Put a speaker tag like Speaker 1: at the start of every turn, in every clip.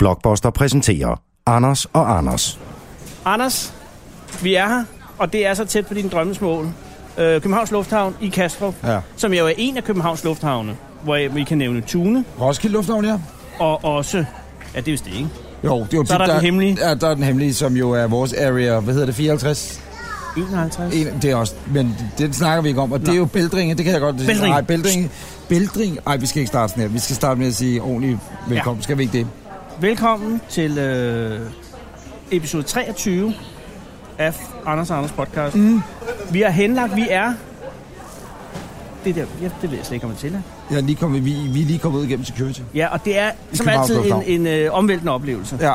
Speaker 1: Blockbuster præsenterer Anders og Anders.
Speaker 2: Anders, vi er her, og det er så tæt på din drømmesmål. Øh, Københavns Lufthavn i Kastrup,
Speaker 3: Ja.
Speaker 2: som jo er en af Københavns Lufthavne, hvor vi kan nævne Tune
Speaker 3: Roskilde Lufthavn, ja.
Speaker 2: og også... Ja, det er vist det, ikke?
Speaker 3: Jo, det er jo
Speaker 2: Så er der den hemmelige.
Speaker 3: Ja, der er den hemmelige, som jo er vores area, hvad hedder det, 54?
Speaker 2: 51.
Speaker 3: En, det er også, men det snakker vi ikke om, og det er jo Bældringe, det kan jeg godt
Speaker 2: Bæltringe.
Speaker 3: Nej, Bældringe. Bældring, ej, vi skal ikke starte sådan her. Vi skal starte med at sige ordentligt velkommen. Ja. Skal vi ikke det?
Speaker 2: Velkommen til øh, episode 23 af Anders og Anders podcast. Mm. Vi har henlagt, vi er... Det der, ja, det ved jeg slet ikke, om jeg til
Speaker 3: Jeg er lige kommet, vi, vi er lige kommet ud igennem security.
Speaker 2: Ja, og det er som
Speaker 3: Københavns
Speaker 2: altid en,
Speaker 3: Lufthavn.
Speaker 2: en øh, omvæltende oplevelse.
Speaker 3: Ja,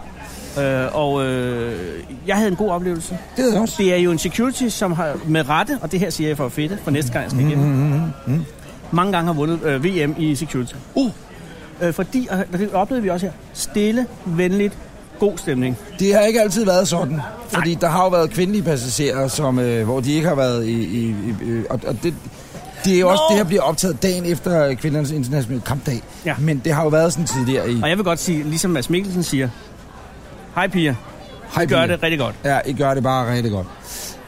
Speaker 2: Øh, og øh, jeg havde en god oplevelse.
Speaker 3: det er det også.
Speaker 2: Det er jo en security, som har med rette, og det her siger jeg for at fedte, for næste gang jeg skal igennem, mm, mm, mange gange har vundet øh, VM i security. Uh. Øh, fordi, og det oplevede vi også her, stille, venligt, god stemning.
Speaker 3: Det har ikke altid været sådan, fordi Nej. der har jo været kvindelige passagerer, som, øh, hvor de ikke har været i... i, i øh, og, og det, det er jo også
Speaker 2: Nå!
Speaker 3: det her bliver optaget dagen efter kvindernes internationale kampdag.
Speaker 2: Ja.
Speaker 3: Men det har jo været sådan tidligere i...
Speaker 2: Og jeg vil godt sige, ligesom Mads Mikkelsen siger, hej piger,
Speaker 3: Hej,
Speaker 2: I gør
Speaker 3: piger.
Speaker 2: det rigtig godt.
Speaker 3: Ja, I gør det bare rigtig godt.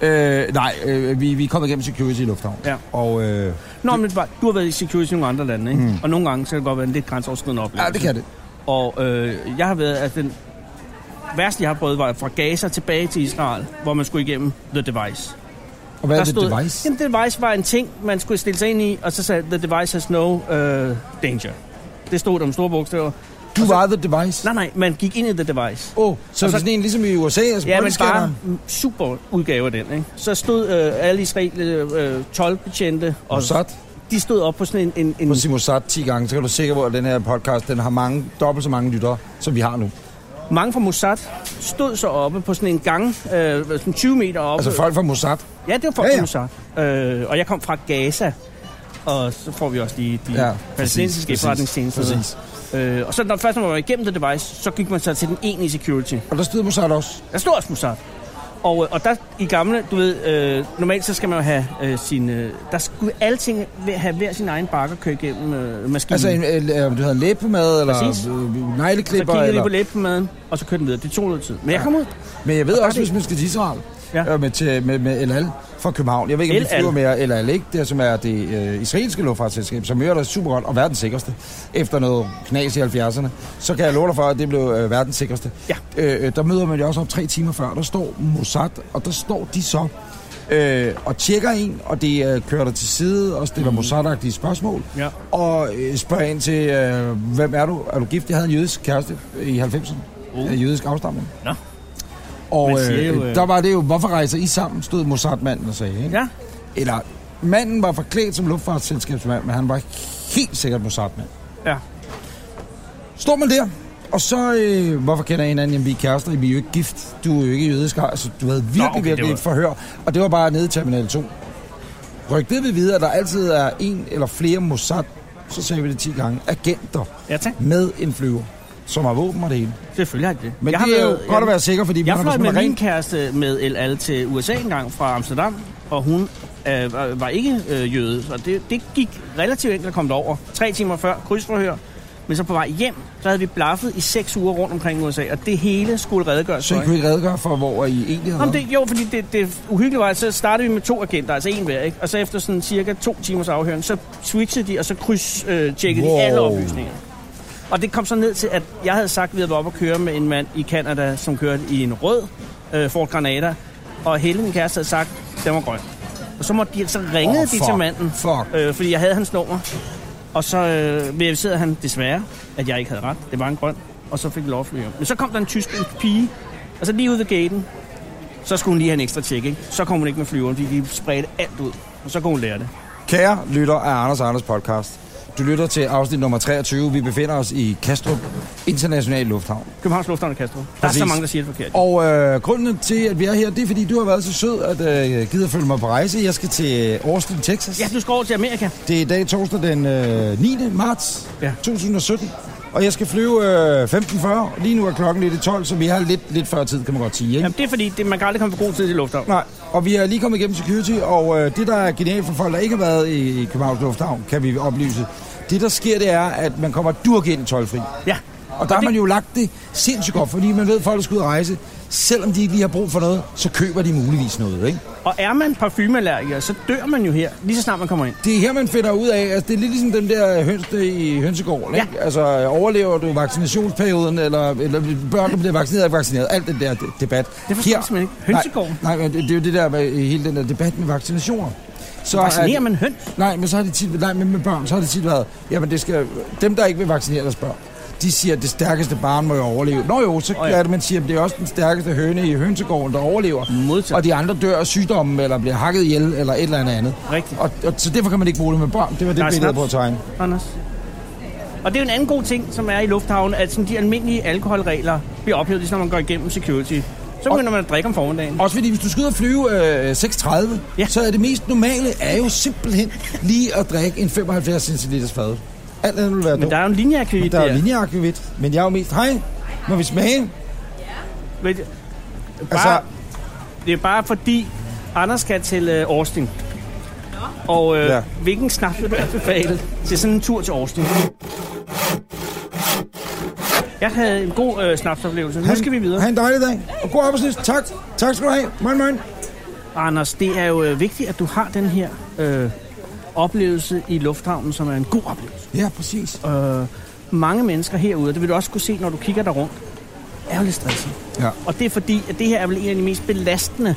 Speaker 3: Øh, nej, øh, vi, vi er kommet igennem security i Lufthavn.
Speaker 2: Ja.
Speaker 3: Og øh,
Speaker 2: Nå, men det var- du har været i security i nogle andre lande, ikke? Mm. og nogle gange så kan det godt være en lidt grænseoverskridende oplevelse.
Speaker 3: ja, det kan det.
Speaker 2: Og øh, jeg har været, at den værste, jeg har prøvet, var fra Gaza tilbage til Israel, hvor man skulle igennem The Device.
Speaker 3: Og hvad er det device?
Speaker 2: Jamen, device var en ting, man skulle stille sig ind i, og så sagde the device has no uh, danger. Det stod der med store bogstaver.
Speaker 3: Du var the device?
Speaker 2: Nej, nej, man gik ind i the device.
Speaker 3: Åh, oh, så,
Speaker 2: Og så-
Speaker 3: så sådan en ligesom i USA, altså
Speaker 2: Ja, men bare
Speaker 3: bare...
Speaker 2: en super udgave af den, ikke? Så stod øh, alle israelske øh, 12 betjente, og
Speaker 3: Mossad.
Speaker 2: de stod op på sådan en... en, en
Speaker 3: Prøv at sige Mossad 10 gange, så kan du sikre, hvor den her podcast, den har mange, dobbelt så mange lyttere, som vi har nu.
Speaker 2: mange fra Mossad stod så oppe på sådan en gang, øh, sådan 20 meter oppe.
Speaker 3: Altså folk fra Mossad.
Speaker 2: Ja, det var folk
Speaker 3: Ja, ja.
Speaker 2: ja, ja. Øh, og jeg kom fra Gaza, og så får vi også lige de ja,
Speaker 3: Ja,
Speaker 2: palæstinensiske
Speaker 3: præcis,
Speaker 2: efterretningstjenester.
Speaker 3: præcis,
Speaker 2: Øh, og så når først når man var igennem det device, så gik man så til den egentlige security.
Speaker 3: Og der stod Mossad også.
Speaker 2: Der stod også Mossad. Og, øh, og der i gamle, du ved, øh, normalt så skal man jo have øh, sin... Øh, der skulle alting væ- have hver sin egen bakke at køre igennem øh, maskinen.
Speaker 3: Altså, en, øh, om du havde en læbemad, eller
Speaker 2: Præcis.
Speaker 3: øh,
Speaker 2: så
Speaker 3: negleklipper,
Speaker 2: kiggede de
Speaker 3: eller...
Speaker 2: på læbemaden, og så kørte den videre. Det tog noget tid. Men jeg kom ud.
Speaker 3: Men jeg ved
Speaker 2: Og der
Speaker 3: også,
Speaker 2: er det-
Speaker 3: hvis man skal til Israel,
Speaker 2: Ja.
Speaker 3: ja. øh, med, til, med, med El Al fra København. Jeg ved ikke, om
Speaker 2: El
Speaker 3: vi flyver
Speaker 2: Al.
Speaker 3: mere El Al, ikke? Det som er det øh, israelske luftfartsselskab, som gør det super godt og verdens sikreste. Efter noget knas i 70'erne, så kan jeg love dig for, at det blev øh, verdens sikreste.
Speaker 2: Ja.
Speaker 3: Øh, øh, der møder man jo også op tre timer før. Der står Mossad, og der står de så øh, og tjekker en, og det øh, kører dig til side og stiller mm.
Speaker 2: Mhm.
Speaker 3: Mossad-agtige spørgsmål.
Speaker 2: Ja.
Speaker 3: Og øh, spørger ind til, øh, hvem er du? Er du gift? Jeg havde en jødisk kæreste i 90'erne.
Speaker 2: Uh.
Speaker 3: Uh. Jødisk afstamning.
Speaker 2: Nå.
Speaker 3: Og
Speaker 2: Man siger
Speaker 3: øh,
Speaker 2: jo, øh,
Speaker 3: jo, der var det jo, hvorfor rejser I sammen, stod Mossad-manden og sagde. Ikke?
Speaker 2: Ja.
Speaker 3: Eller, manden var forklædt som luftfartsselskabsmand, men han var helt sikkert Mossad-mand.
Speaker 2: Ja.
Speaker 3: Står man der, og så, øh, hvorfor kender I hinanden? Jamen, vi er kærester, vi er jo ikke gift, du er jo ikke jødisk, altså du havde virkelig, Nå,
Speaker 2: okay,
Speaker 3: okay, virkelig
Speaker 2: det var-
Speaker 3: et forhør. Og det var bare nede i Terminal 2. Rygtede vi videre, at der altid er en eller flere Mossad, så sagde vi det 10 gange, agenter
Speaker 2: Ja, tak.
Speaker 3: med en flyver, som har våben og det hele.
Speaker 2: Selvfølgelig har de det.
Speaker 3: Men
Speaker 2: Jeg
Speaker 3: jeg
Speaker 2: har
Speaker 3: det er jo
Speaker 2: været-
Speaker 3: godt at være sikker, fordi
Speaker 2: Jeg
Speaker 3: man-
Speaker 2: fløj
Speaker 3: hvis man
Speaker 2: med
Speaker 3: er
Speaker 2: min
Speaker 3: ren-
Speaker 2: kæreste med El Al til USA engang fra Amsterdam, og hun øh, var- var ikke øh, jøde, så det, det gik relativt enkelt at komme derover. Tre timer før, krydsforhør, men så på vej hjem, så havde vi blaffet i seks uger rundt omkring USA, og det hele skulle redegøres for.
Speaker 3: Så I
Speaker 2: ikke?
Speaker 3: kunne ikke redegøre for, hvor I egentlig havde
Speaker 2: Om
Speaker 3: været?
Speaker 2: det, jo, fordi det, det uhyggelige var, at så startede vi med to agenter, altså en hver, ikke? og så efter sådan cirka to timers afhøring, så switchede de, og så kryds-tjekkede øh, wow.
Speaker 3: Wow.
Speaker 2: de alle oplysninger. Og det kom så ned til, at jeg havde sagt, at vi havde været oppe at køre med en mand i Canada, som kørte i en rød øh, Ford Granada, og Helle, min kæreste, havde sagt, at den var grøn. Og så, måtte de, så ringede
Speaker 3: Åh,
Speaker 2: oh, de
Speaker 3: fuck.
Speaker 2: til manden,
Speaker 3: Fuck.
Speaker 2: Øh, fordi jeg havde hans nummer, og så øh, verificerede han desværre, at jeg ikke havde ret. Det var en grøn, og så fik vi lov at flyve hjem. Men så kom der en tysk en pige, og så lige ud ved gaten, så skulle hun lige have en ekstra tjek, ikke? Så kom hun ikke med flyveren, fordi de spredte alt ud. Og så kunne hun lære det.
Speaker 3: Kære lytter af Anders og Anders podcast. Du lytter til afsnit nummer 23. Vi befinder os i Kastrup International Lufthavn.
Speaker 2: Københavns Lufthavn og Kastrup. Der er
Speaker 3: Præcis.
Speaker 2: så mange, der siger det forkert.
Speaker 3: Og øh, grunden til, at vi er her, det er fordi, du har været så sød, at øh, gider følge mig på rejse. Jeg skal til øh, Austin, Texas.
Speaker 2: Ja, du skal over til Amerika.
Speaker 3: Det er i dag torsdag den øh, 9. marts
Speaker 2: Ja.
Speaker 3: ja. 2017. Og jeg skal flyve øh, 15.40. Lige nu er klokken lidt i 12, så vi har lidt, lidt før tid, kan man godt sige. Ikke?
Speaker 2: Jamen, det er fordi, det, man kan aldrig komme for god tid til lufthavn.
Speaker 3: Nej, og vi er lige kommet igennem security, og øh, det, der er genialt for folk, der ikke har været i, i Københavns Lufthavn, kan vi oplyse. Det, der sker, det er, at man kommer durk ind toldfri.
Speaker 2: Ja,
Speaker 3: Og der har man jo lagt det sindssygt godt, fordi man ved, at folk skal ud og rejse. Selvom de ikke lige har brug for noget, så køber de muligvis noget, ikke?
Speaker 2: Og er man parfumeallergiker, så dør man jo her, lige så snart man kommer ind.
Speaker 3: Det er her, man finder ud af, altså det er lidt ligesom den der høns der i hønsegården, ikke? Ja. Altså overlever du vaccinationsperioden, eller, eller børn, der bliver vaccineret eller vaccineret, alt den der de- debat.
Speaker 2: Det forstår jeg simpelthen ikke. Hønsegården?
Speaker 3: Nej, nej, men det, det er jo det der med hele den der debat med vaccinationer. Så
Speaker 2: Vaccinerer man høn?
Speaker 3: Nej, men så har det tit, nej, men med børn, så har det tit været, jamen det skal, dem der ikke vil vaccinere deres børn, de siger, at det stærkeste barn må jo overleve. Nå jo, så
Speaker 2: Åh ja.
Speaker 3: er det, man siger, at det er også den stærkeste høne i hønsegården, der overlever.
Speaker 2: Modtaget.
Speaker 3: Og de andre dør af sygdommen, eller bliver hakket ihjel, eller et eller andet andet.
Speaker 2: Rigtigt.
Speaker 3: Og, og, så derfor kan man ikke bruge det med børn. Det var det,
Speaker 2: Der er
Speaker 3: billede
Speaker 2: snaps.
Speaker 3: jeg prøvede at tegne.
Speaker 2: Anders. Og det er jo en anden god ting, som er i lufthavnen, at sådan de almindelige alkoholregler bliver ophævet, ligesom når man går igennem security. Så begynder man at drikke om formiddagen.
Speaker 3: Også fordi, hvis du skal ud og flyve øh, 6.30, ja.
Speaker 2: Ja.
Speaker 3: så er det mest normale er jo simpelthen lige at drikke en 75 cl fad. Alt andet vil være
Speaker 2: Men
Speaker 3: dumt.
Speaker 2: der er jo en linjeakvit
Speaker 3: Der
Speaker 2: der.
Speaker 3: er linjeakvavit, men jeg er jo mest, hej, må vi smage?
Speaker 2: Men det-
Speaker 3: Altså-
Speaker 2: bare, altså... Det er bare fordi, Anders skal til øh, Austin. Og øh,
Speaker 3: Ja.
Speaker 2: ja. hvilken snaps vil du anbefale til sådan en tur til Austin? Jeg havde en god øh, snapsoplevelse. Nu skal vi videre.
Speaker 3: Ha' en dejlig dag, og god arbejdslyst. Tak. Tak skal du have. Moin, moin.
Speaker 2: Anders, det er jo øh, vigtigt, at du har den her øh, oplevelse i lufthavnen, som er en god oplevelse.
Speaker 3: Ja, præcis.
Speaker 2: Øh, mange mennesker herude, og det vil du også kunne se, når du kigger der rundt, er jo lidt stresset.
Speaker 3: Ja.
Speaker 2: Og det er fordi, at det her er vel en af de mest belastende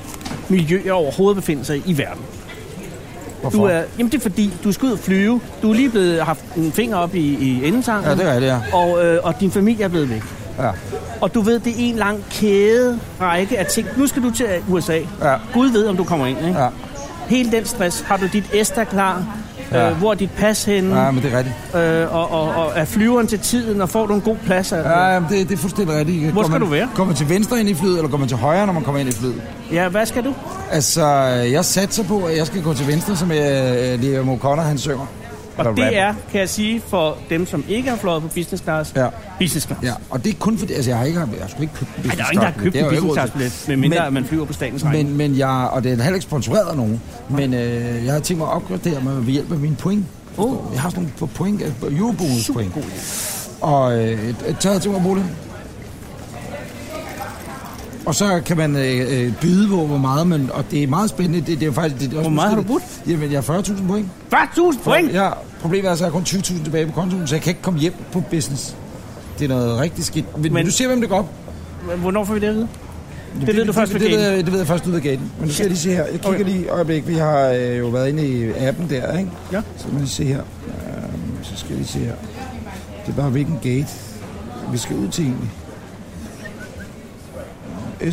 Speaker 2: miljøer overhovedet at befinde sig i i verden.
Speaker 3: Hvorfor?
Speaker 2: Du er, jamen det er fordi, du skal ud og flyve, du er lige blevet haft en finger op i, i endetanken,
Speaker 3: Ja, det er det, ja.
Speaker 2: og, øh, og din familie er blevet væk.
Speaker 3: Ja.
Speaker 2: Og du ved, det er en lang kæde række af ting. Nu skal du til USA.
Speaker 3: Ja.
Speaker 2: Gud ved, om du kommer ind, ikke?
Speaker 3: Ja.
Speaker 2: Hele den stress. Har du dit ESTA klar?
Speaker 3: Ja.
Speaker 2: Ja. Øh, hvor er dit pas henne?
Speaker 3: ja, men det er rigtigt.
Speaker 2: Øh, og, og, og er flyveren til tiden, og får du en god plads? altså. Af,
Speaker 3: Ja, men det, det er fuldstændig rigtigt.
Speaker 2: Hvor
Speaker 3: Går
Speaker 2: skal
Speaker 3: man,
Speaker 2: du være?
Speaker 3: Går man til venstre ind i flyet, eller går man til højre, når man kommer ind i flyet?
Speaker 2: ja, hvad skal du?
Speaker 3: Altså, jeg satser på, at jeg skal gå til venstre, som jeg, Liam O'Connor, han synger.
Speaker 2: Og
Speaker 3: Eller
Speaker 2: det
Speaker 3: rapper.
Speaker 2: er, kan jeg sige, for dem, som ikke har fløjet på business class.
Speaker 3: Ja.
Speaker 2: Business class.
Speaker 3: Ja, og det er kun fordi, altså jeg har ikke, jeg har sgu ikke købt en
Speaker 2: Ej,
Speaker 3: business
Speaker 2: der er jo ingen, der har købt en
Speaker 3: class-billet. Det har jeg jo
Speaker 2: business
Speaker 3: ikke
Speaker 2: class
Speaker 3: råd til.
Speaker 2: billet, medmindre men,
Speaker 3: Men-
Speaker 2: man flyver på statens regning.
Speaker 3: Men, men jeg, og det er heller ikke sponsoreret af nogen, men øh, jeg har tænkt mig at opgradere mig ved hjælp af mine point. Oh. Jeg har sådan nogle på point, altså eurobonus point. Og øh, et- et taget til mig at bruge det. Og så kan man øh, øh, byde på, hvor meget man... Og det er meget spændende. Det, det er faktisk, det, er også
Speaker 2: Hvor meget har du
Speaker 3: måske lidt- Jamen, jeg har 40.000 point.
Speaker 2: 40.000 point!
Speaker 3: Ja, problemet er, så jeg har kun 20.000 tilbage på kontoen, så jeg kan ikke komme hjem på business. Det er noget rigtig skidt. Men, men
Speaker 2: Men-
Speaker 3: du ser, hvem det går op.
Speaker 2: Hvornår får vi det at vide? Det, ved du først ved
Speaker 3: det, det, ved
Speaker 2: gaten.
Speaker 3: jeg- det ved jeg først ud af gaten. Men nu skal jeg lige se her. Jeg kigger okay.
Speaker 2: Okay.
Speaker 3: lige et øjeblik. Vi har øh, jo været inde i appen der, ikke?
Speaker 2: Ja.
Speaker 3: Så må jeg lige se her. Øhm, så skal jeg lige se her. Det er bare hvilken gate vi skal ud til egentlig.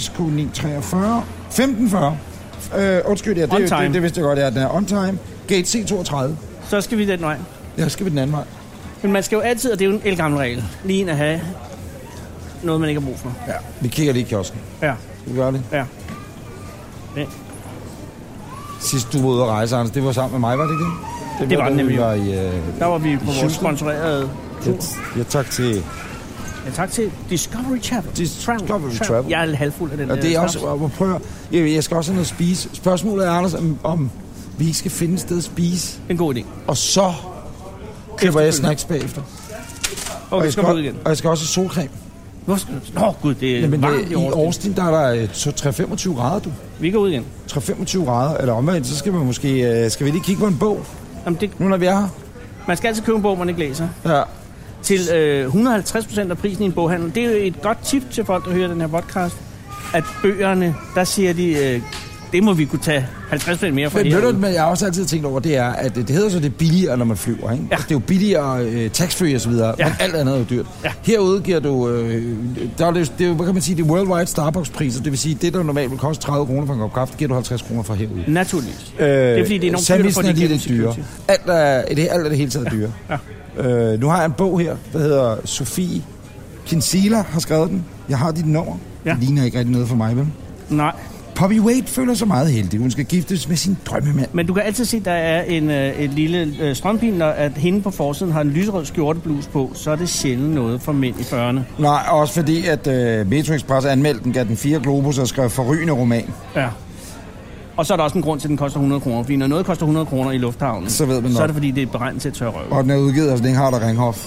Speaker 3: SK 943. 1540. Øh, undskyld, ja, det,
Speaker 2: On
Speaker 3: det,
Speaker 2: time.
Speaker 3: det, det, vidste jeg godt, ja, den er on time. Gate C32.
Speaker 2: Så skal vi den vej.
Speaker 3: Der skal vi den anden vej.
Speaker 2: Men man skal jo altid, og det er jo en elgammel regel, lige ind at have noget, man ikke har brug for.
Speaker 3: Ja. Vi kigger lige i kiosken.
Speaker 2: Ja,
Speaker 3: Skal vi gøre det?
Speaker 2: ja.
Speaker 3: Sidst du var ude at rejse, Anders, det var sammen med mig, var det ikke det?
Speaker 2: Det var
Speaker 3: da
Speaker 2: det
Speaker 3: vi
Speaker 2: nemlig.
Speaker 3: Var i, øh,
Speaker 2: Der var vi på vores
Speaker 3: Houston.
Speaker 2: sponsorerede tur.
Speaker 3: Ja, tak til...
Speaker 2: Ja, tak til Discovery Travel.
Speaker 3: Discovery Travel.
Speaker 2: Jeg er halvfuld af den
Speaker 3: Og
Speaker 2: der
Speaker 3: det er
Speaker 2: snaps.
Speaker 3: også... Og prøv at, jeg, jeg skal også have noget at spise. Spørgsmålet er, Anders, om, om vi ikke skal finde et sted at spise,
Speaker 2: en god idé.
Speaker 3: og så køber jeg snacks bagefter. og,
Speaker 2: Okay,
Speaker 3: jeg
Speaker 2: skal vi ud
Speaker 3: o-
Speaker 2: igen.
Speaker 3: og jeg skal også have solcreme.
Speaker 2: Hvor skal du? Nå, gud, det er
Speaker 3: Jamen,
Speaker 2: varmt
Speaker 3: det,
Speaker 2: i
Speaker 3: i Austin, der er der øh, så 3-25 grader, du.
Speaker 2: Vi går ud igen.
Speaker 3: 3-25 grader, eller omvendt, så skal man måske... Øh, skal vi lige kigge på en bog,
Speaker 2: Jamen, det,
Speaker 3: nu når vi er her?
Speaker 2: man skal altid købe en bog, man ikke læser.
Speaker 3: Ja.
Speaker 2: Til øh, 150 procent af prisen i en boghandel. Det er jo et godt tip til folk, der hører den her podcast. At bøgerne, der siger de, øh, det må vi kunne tage 50 procent mere for
Speaker 3: Men ved
Speaker 2: herude.
Speaker 3: du, hvad jeg har også altid tænkt over, det er, at det hedder så, det er billigere, når man flyver, ikke? Altså,
Speaker 2: Ja.
Speaker 3: Det er jo billigere øh, tax-free og så videre, ja.
Speaker 2: Ja.
Speaker 3: men alt andet er jo dyrt.
Speaker 2: Ja.
Speaker 3: Herude giver du, øh, der er det, jo- det er jo, hvad kan man sige, det er worldwide Starbucks-priser, det vil sige, det der normalt vil koste 30 kroner for en kop kaffe, giver du 50 kroner for herude.
Speaker 2: Naturligvis.
Speaker 3: Øh, det
Speaker 2: er fordi, det er enormt dyrt at få
Speaker 3: er
Speaker 2: det
Speaker 3: lige
Speaker 2: igennem
Speaker 3: lidt dyrere.
Speaker 2: security.
Speaker 3: Alt er, det, alt er det hele taget dyre.
Speaker 2: Ja.
Speaker 3: Øh, nu har jeg en bog her, der hedder Sofie Kinsella har skrevet den. Jeg har dit nummer.
Speaker 2: Ja.
Speaker 3: Det ligner ikke rigtig noget for mig, vel?
Speaker 2: Nej,
Speaker 3: Poppy Wade føler sig meget heldig. Hun skal giftes med sin drømmemand.
Speaker 2: men du kan altid se, at der er en øh, et lille øh, strømpin, når at hende på forsiden har en lyserød skjortebluse på, så er det sjældent noget for mænd i 40'erne.
Speaker 3: Nej, også fordi, at øh, Metro Express anmeldte den, gav den fire globus og skrev forrygende roman.
Speaker 2: Ja. Og så er der også en grund til, at den koster 100 kroner. Fordi når noget koster 100 kroner i lufthavnen,
Speaker 3: Så ved man
Speaker 2: så
Speaker 3: nok.
Speaker 2: er det fordi, det er beregnet til at tørre røv.
Speaker 3: Og den er udgivet af Stenhardt og Ringhoff.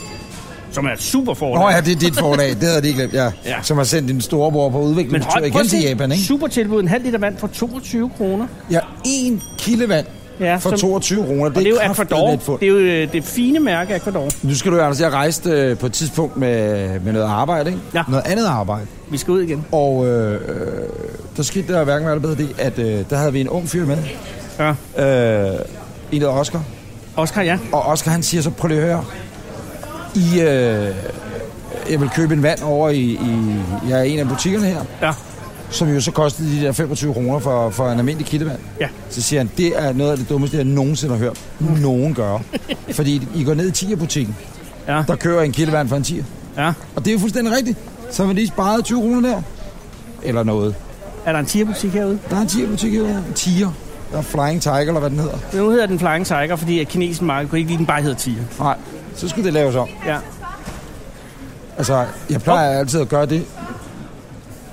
Speaker 2: som er et super forlag.
Speaker 3: Nå ja, det er dit forlag, det havde de ikke glemt, ja.
Speaker 2: Ja.
Speaker 3: ja. Som har sendt din storebror på
Speaker 2: Men
Speaker 3: udviklingstur
Speaker 2: høj,
Speaker 3: igen til Japan, ikke?
Speaker 2: Super tilbud, en halv liter vand for 22 kroner.
Speaker 3: Ja, en kildevand
Speaker 2: Ja,
Speaker 3: ja, for
Speaker 2: som-
Speaker 3: 22 kroner.
Speaker 2: Og det er jo
Speaker 3: kraftedeme
Speaker 2: Aquador.
Speaker 3: et fund.
Speaker 2: Det er jo øh, det fine mærke Aquador.
Speaker 3: Nu skal du høre, Anders, jeg rejste øh, på et tidspunkt med, med noget arbejde, ikke?
Speaker 2: Ja.
Speaker 3: Noget andet arbejde.
Speaker 2: Vi skal ud igen.
Speaker 3: Og øh, øh, der skete der hverken med eller bedre det, at øh, der havde vi en ung fyr med.
Speaker 2: Ja.
Speaker 3: Øh, en der hedder Oscar.
Speaker 2: Oscar, ja.
Speaker 3: Og Oscar han siger så, prøv lige at høre. I, øh, jeg vil købe en vand over i, i ja, en af butikkerne her,
Speaker 2: Ja.
Speaker 3: som jo så kostede de der 25 kroner for, for en almindelig kildevand.
Speaker 2: Ja.
Speaker 3: Så siger han, det er noget af det dummeste, jeg nogensinde har hørt nogen gøre. Fordi I går ned i 10'er butikken,
Speaker 2: Ja.
Speaker 3: der kører en kildevand for en 10'er.
Speaker 2: ja.
Speaker 3: Og det er jo fuldstændig rigtigt. Så har vi lige sparet 20 kroner der. Eller noget.
Speaker 2: Er der en tierbutik herude?
Speaker 3: Der er en tigerbutik herude. Tiger. Der er Flying Tiger, eller hvad den hedder.
Speaker 2: Men nu hedder den Flying Tiger, fordi at kinesen marked kunne ikke lide, den bare hedder tiger.
Speaker 3: Nej, så skulle det laves om.
Speaker 2: Ja.
Speaker 3: Altså, jeg plejer altid at gøre det.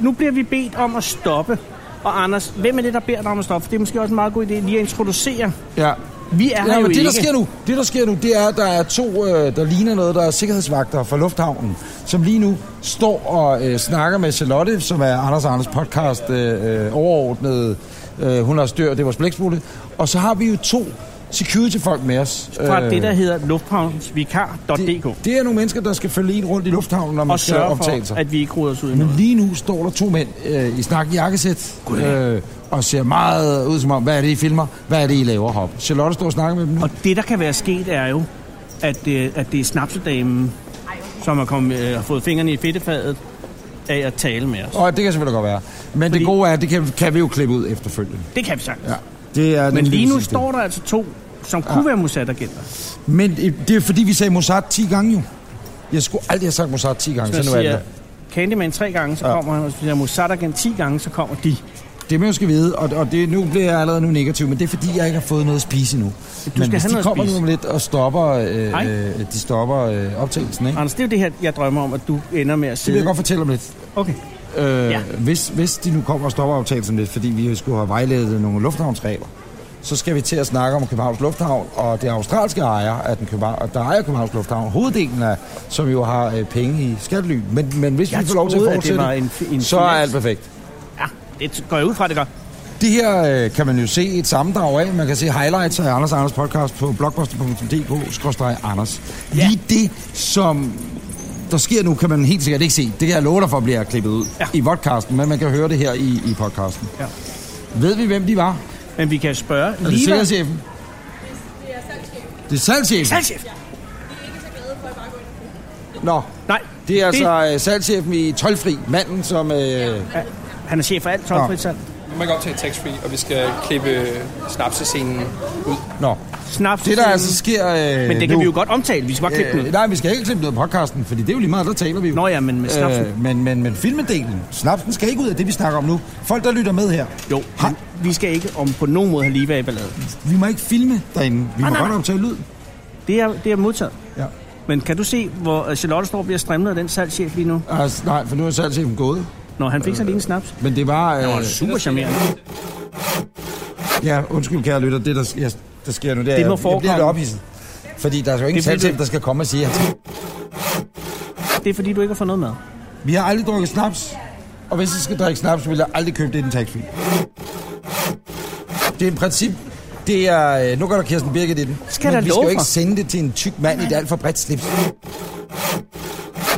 Speaker 2: Nu bliver vi bedt om at stoppe. Og Anders, hvem er det, der beder dig om at stoppe? For det er måske også en meget god idé lige at introducere.
Speaker 3: Ja.
Speaker 2: Vi er her
Speaker 3: Ja,
Speaker 2: jo
Speaker 3: men det,
Speaker 2: ikke.
Speaker 3: der sker nu, det, der sker nu, det er, at der er to, øh, der ligner noget, der er sikkerhedsvagter fra Lufthavnen, som lige nu står og øh, snakker med Charlotte, som er Anders og Anders podcast øh, øh, overordnet. Øh, hun har styr, det var Blæksmutte. Og så har vi jo to security-folk med os.
Speaker 2: Fra øh, det, der hedder lufthavnsvikar.dk.
Speaker 3: det, det er nogle mennesker, der skal følge en rundt i lufthavnen, når man
Speaker 2: Og
Speaker 3: skal
Speaker 2: sørge
Speaker 3: optage
Speaker 2: for,
Speaker 3: sig.
Speaker 2: at vi ikke ruder os ud i
Speaker 3: Men
Speaker 2: noget.
Speaker 3: lige nu står der to mænd øh, i snakken jakkesæt øh, og ser meget ud som om, hvad er det, I filmer? Hvad er det, I laver hop? Charlotte står og snakker med dem nu.
Speaker 2: Og det, der kan være sket, er jo, at, øh, at det er snapsedamen, som har, kommet, øh, har fået fingrene i fedtefadet af at tale med os.
Speaker 3: Og det kan selvfølgelig godt være. Men
Speaker 2: Fordi-
Speaker 3: det gode er, at det kan, kan vi jo klippe ud efterfølgende.
Speaker 2: Det kan vi sagtens.
Speaker 3: Ja. Det er
Speaker 2: Men
Speaker 3: den
Speaker 2: lige nu
Speaker 3: sidste.
Speaker 2: står der altså to, som kunne være Mossad-agenter.
Speaker 3: Men øh, det er fordi, vi sagde Mossad 10 gange jo. Jeg skulle aldrig have sagt Mossad 10 gange,
Speaker 2: Så
Speaker 3: så nu er det
Speaker 2: siger
Speaker 3: der.
Speaker 2: Candyman tre gange, så
Speaker 3: Ja.
Speaker 2: kommer han, og hvis vi siger Mossad-agent 10 gange, så kommer de.
Speaker 3: Det man jo skal vide, og, og det, nu bliver jeg allerede nu negativ, men det er fordi, jeg ikke har fået noget at spise endnu.
Speaker 2: skal
Speaker 3: men
Speaker 2: have
Speaker 3: hvis de
Speaker 2: noget at
Speaker 3: kommer
Speaker 2: spise.
Speaker 3: nu om lidt og stopper, øh,
Speaker 2: Hej.
Speaker 3: øh, de stopper øh, optagelsen, ikke?
Speaker 2: Anders, det er jo det her, jeg drømmer om, at du ender med at
Speaker 3: Det vil jeg
Speaker 2: sidde.
Speaker 3: godt fortælle om lidt.
Speaker 2: Okay.
Speaker 3: Øh,
Speaker 2: Ja.
Speaker 3: ja. hvis, hvis de nu kommer og stopper optagelsen lidt, fordi vi skulle have vejledet nogle lufthavnsregler, så skal vi til at snakke om Københavns Lufthavn, og det australske ejer, af den København, der ejer Københavns Lufthavn, hoveddelen af, som jo har øh, penge i skattely. Men, men hvis
Speaker 2: Jeg
Speaker 3: vi får lov til at
Speaker 2: troede, at det
Speaker 3: fortsætte,
Speaker 2: var en fi- en
Speaker 3: så er
Speaker 2: finans-
Speaker 3: alt perfekt.
Speaker 2: Ja, det går jeg ud fra, det gør.
Speaker 3: Det her øh, kan man jo se et sammendrag af. Man kan se highlights af Anders og Anders podcast på blogposter.dk-anders.
Speaker 2: Ja.
Speaker 3: Lige det, som der sker nu, kan man helt sikkert ikke se. Det kan jeg love dig for, bliver klippet ud
Speaker 2: Ja.
Speaker 3: ja. i podcasten, men man kan høre det her i, i podcasten.
Speaker 2: Ja.
Speaker 3: Ved vi, hvem de var?
Speaker 2: Men vi kan spørge
Speaker 3: Er det
Speaker 2: Liva.
Speaker 3: sikkerhedschefen? Det er salgschefen.
Speaker 2: Salgschef!
Speaker 3: Nå,
Speaker 2: Nej,
Speaker 3: det er altså øh, salgschefen i Tolfri, manden som... Øh,
Speaker 2: Ja, Han er chef for alt,
Speaker 3: Nå.
Speaker 2: Tom Fritzal.
Speaker 4: Nu må jeg godt tage tax-free, og vi skal klippe øh, snapsescenen ud.
Speaker 3: Nå,
Speaker 2: Snaps.
Speaker 3: det der altså sker... Øh,
Speaker 2: Men det kan
Speaker 3: nu,
Speaker 2: vi jo godt omtale. Vi skal godt klippe den
Speaker 3: Øh,
Speaker 2: ud.
Speaker 3: nej, vi skal ikke klippe noget af podcasten, fordi det er jo lige meget, der taler vi jo.
Speaker 2: Nå ja, men med snapsen.
Speaker 3: Øh, men, men, men filmedelen, snapsen skal ikke ud af det, vi snakker om nu. Folk, der lytter med her,
Speaker 2: Jo,
Speaker 3: Ha-
Speaker 2: men vi skal ikke om på nogen måde have Liva i balladen.
Speaker 3: vi må ikke filme derinde. Vi
Speaker 2: Nej,
Speaker 3: må
Speaker 2: nej,
Speaker 3: godt
Speaker 2: nej.
Speaker 3: optage lyd.
Speaker 2: Det er, det er modtaget.
Speaker 3: Ja.
Speaker 2: Men kan du se, hvor øh, Charlotte står og bliver strimlet af den salgschef lige nu?
Speaker 3: Altså, nej, for nu er salgschefen gået.
Speaker 2: Nå, han fik sig lige en snaps.
Speaker 3: Men det var... Øh,
Speaker 2: Han var super charmerende.
Speaker 3: ja, undskyld, kære lytter. Det, der, ja, der sker nu, det, er,
Speaker 2: Det må
Speaker 3: jeg- jeg bliver lidt
Speaker 2: forekomme.
Speaker 3: ophidset. Fordi der er jo ingen
Speaker 2: Det er fordi,
Speaker 3: salgschef,
Speaker 2: du-
Speaker 3: der skal komme og sige, at
Speaker 2: Det er fordi, du ikke har fået noget med.
Speaker 3: vi har aldrig drukket snaps. Og hvis jeg skal drikke snaps, vil jeg aldrig købe det i den taxfree. Det er et princip. Det er... øh, Nu går der Kirsten Birgit i den.
Speaker 2: Skal der
Speaker 3: Men vi
Speaker 2: love
Speaker 3: skal jo ikke
Speaker 2: for?
Speaker 3: sende det til en tyk mand i et alt for bredt slips.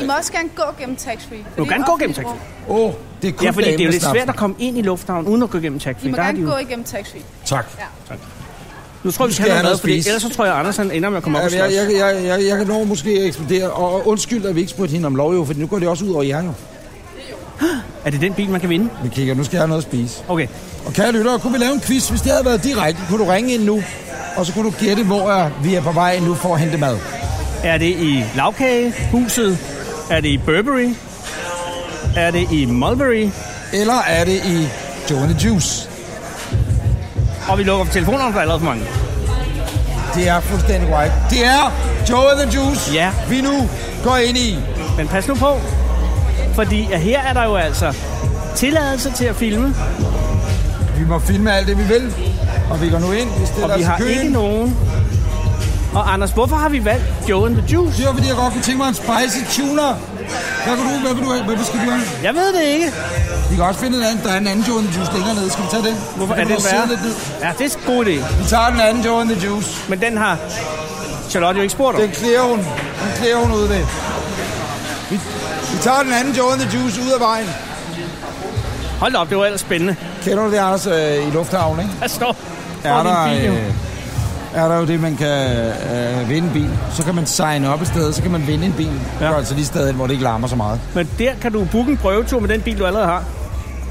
Speaker 5: I må også gerne gå gennem tax-free. for
Speaker 2: Du må
Speaker 5: det er
Speaker 2: gerne gå
Speaker 5: offentligt
Speaker 2: gennem tax-free.
Speaker 5: rum.
Speaker 3: Åh, oh, det er kun
Speaker 2: Ja, fordi det er
Speaker 3: damen,
Speaker 2: jo
Speaker 3: der
Speaker 2: lidt
Speaker 3: snapser.
Speaker 2: svært at komme ind i lufthavnen, uden at gå igennem
Speaker 5: I
Speaker 2: taxfree.
Speaker 5: må
Speaker 2: Der er de
Speaker 5: gerne gå
Speaker 2: jo.
Speaker 5: igennem tax-free.
Speaker 3: Tak.
Speaker 5: Ja.
Speaker 2: Nu tror jeg, vi
Speaker 3: skal
Speaker 2: skal have noget mad,
Speaker 3: have noget at
Speaker 2: fordi
Speaker 3: spise.
Speaker 2: ellers så tror jeg, Anders han ender med at komme op og
Speaker 3: Jeg, jeg,
Speaker 2: slås.
Speaker 3: jeg, jeg, jeg, jeg kan nå måske at eksplodere, og undskyld, at vi ikke spurgte hende om lov, jo, for nu går det også ud over jer jo.
Speaker 2: Er det den bil, man kan vinde?
Speaker 3: Vi kigger, nu skal jeg have noget at spise.
Speaker 2: Okay.
Speaker 3: Og kære lyttere, kunne vi lave en quiz? Hvis det havde været direkte, kunne du ringe ind nu, og så kunne du gætte, hvor er, vi er på vej nu for at hente mad.
Speaker 2: Er det i lavkagehuset? Er det i Burberry? Er det i Mulberry?
Speaker 3: Eller er det i Joe and the Juice?
Speaker 2: Og vi lukker for telefonerne, for der er allerede for mange.
Speaker 3: Det er fuldstændig right. Det er Joe and the Juice,
Speaker 2: Ja.
Speaker 3: vi nu går ind i.
Speaker 2: Men pas nu på, fordi at her er der jo altså tilladelse til at filme,
Speaker 3: Vi må filme alt det, vi vil. Og vi går nu ind, vi stiller
Speaker 2: og vi
Speaker 3: os i
Speaker 2: har
Speaker 3: altså køen.
Speaker 2: ikke nogen Og Anders, hvorfor har vi valgt Joe and the Juice?
Speaker 3: Det var fordi, jeg godt kunne tænke mig en spicy tuner. Hvad kan du, hvad kan du, have? hvad skal du have?
Speaker 2: Jeg ved det ikke.
Speaker 3: Vi kan også finde en anden, der er en anden Joe and the Juice længere nede. Skal vi tage den?
Speaker 2: Hvorfor er
Speaker 3: Kan
Speaker 2: det
Speaker 3: du sidde
Speaker 2: værre?
Speaker 3: lidt ned?
Speaker 2: Ja, det er en god idé.
Speaker 3: Vi tager den anden Joe and the Juice.
Speaker 2: Men den har Charlotte jo ikke spurgt om.
Speaker 3: Den klæder hun. Den klæder hun ud af det. Vi, vi tager den anden Joe and the Juice ud af vejen.
Speaker 2: Hold da op, det var ellers spændende.
Speaker 3: Kender du det, Anders, øh, i lufthavnen, ikke?
Speaker 2: Der står
Speaker 3: er
Speaker 2: fucking
Speaker 3: der,
Speaker 2: bio.
Speaker 3: øh, er der jo det, man kan øh, vinde en bil. Så kan man signe op et sted, så kan man vinde en bil. Ja. Det er altså lige stedet, hvor det ikke larmer så meget.
Speaker 2: Men der kan du booke en prøvetur med den bil, du allerede har.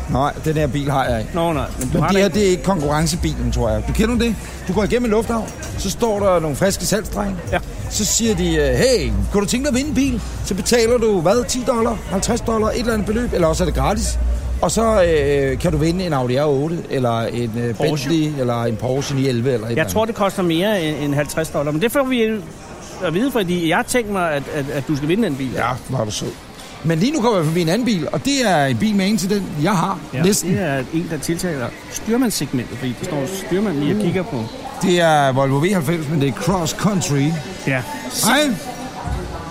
Speaker 3: Nej, den her bil har jeg ikke.
Speaker 2: Nå, nej. Men du
Speaker 3: Men
Speaker 2: har
Speaker 3: det
Speaker 2: den
Speaker 3: her,
Speaker 2: ikke.
Speaker 3: det er ikke konkurrencebilen, tror jeg. Du kender det? Du går igennem en lufthavn, så står der nogle friske salgsdrenge.
Speaker 2: Ja.
Speaker 3: Så siger de, øh, hey, kunne du tænke dig at vinde en bil? Så betaler du, hvad, 10 dollar, 50 dollar, et eller andet beløb, eller også er det gratis. Og så øh, kan du vinde en Audi R8, eller en øh,
Speaker 2: Porsche.
Speaker 3: Bentley, eller en Porsche 911, eller et eller
Speaker 2: Jeg
Speaker 3: andet.
Speaker 2: tror, det koster mere end end 50 dollar. Men det får vi at vide, fordi jeg har tænkt mig, at, at, at du skal vinde den bil.
Speaker 3: Ja, var du sød. Men lige nu kommer jeg forbi en anden bil, og det er en bil med en til den, jeg har. Ja, næsten.
Speaker 2: Det er en, der tiltaler styrmandssegmentet, fordi der står styrmand lige
Speaker 3: Mm.
Speaker 2: og kigger på.
Speaker 3: Det er Volvo V90, men det er cross country.
Speaker 2: Ja.
Speaker 3: Hej.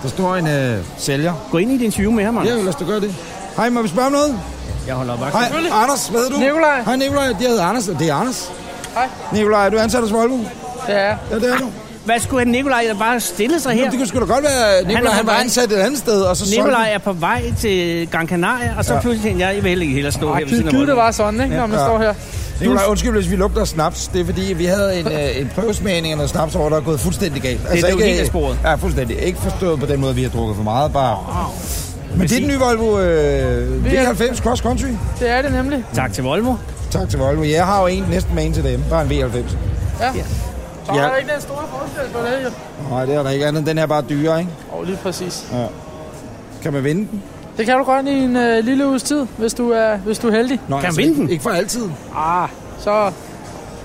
Speaker 3: Der står en øh, sælger.
Speaker 2: Gå ind i et interview med ham, Anders.
Speaker 3: Ja, lad os da gøre det. Hej, må vi spørge om noget?
Speaker 2: Jeg holder vagt.
Speaker 3: Hej, Anders, hvad hedder du?
Speaker 6: Nikolaj.
Speaker 3: Hej, Nikolaj. Det hedder Anders, og det er Anders.
Speaker 6: Hej.
Speaker 3: Nikolaj, er du ansat hos Volvo?
Speaker 6: Det er jeg.
Speaker 3: Ja, det er du.
Speaker 2: Hvad skulle han Nikolaj der bare stille sig her?
Speaker 3: Det kunne sgu da godt være, at Nikolaj
Speaker 2: på
Speaker 3: han, han var
Speaker 2: vej.
Speaker 3: ansat et andet sted, og så solgte-
Speaker 2: Nikolaj er på vej til Gran Canaria, og så
Speaker 3: Ja.
Speaker 2: ja. pludselig tænkte jeg, I vil heller ikke hellere stå her
Speaker 6: Ej,
Speaker 2: ved siden
Speaker 6: gid,
Speaker 2: af
Speaker 6: gid, det
Speaker 2: Volvo.
Speaker 6: var sådan, ikke, når man
Speaker 3: Ja.
Speaker 6: står her.
Speaker 3: Nikolaj, undskyld, hvis vi lugter af snaps. Det er fordi, vi havde en, øh, en prøvesmagning af noget snaps, hvor der er gået fuldstændig galt. Altså,
Speaker 2: det er jo helt af sporet.
Speaker 3: Ja, fuldstændig. Ikke forstået på den måde, vi har drukket for meget, bare... Men det er den nye Volvo øh,
Speaker 6: er-
Speaker 3: V90 Cross Country.
Speaker 6: Det er det nemlig.
Speaker 2: Tak til Volvo.
Speaker 3: Tak til Volvo. Jeg har jo en næsten med en til dem. Bare en V90.
Speaker 6: Ja. Så
Speaker 3: Ja.
Speaker 6: er der ikke den store forskel på det, jo.
Speaker 3: Nej, det er der ikke andet. Den her er bare dyrere, ikke?
Speaker 6: Åh, oh, lige præcis.
Speaker 3: Kan man vinde den?
Speaker 6: Det kan du godt i en øh, lille uges tid, hvis du er, hvis du er heldig.
Speaker 3: Nå, altså,
Speaker 2: Kan man vinde
Speaker 3: ikke,
Speaker 2: den?
Speaker 3: Ikke for altid.
Speaker 6: Ah, så,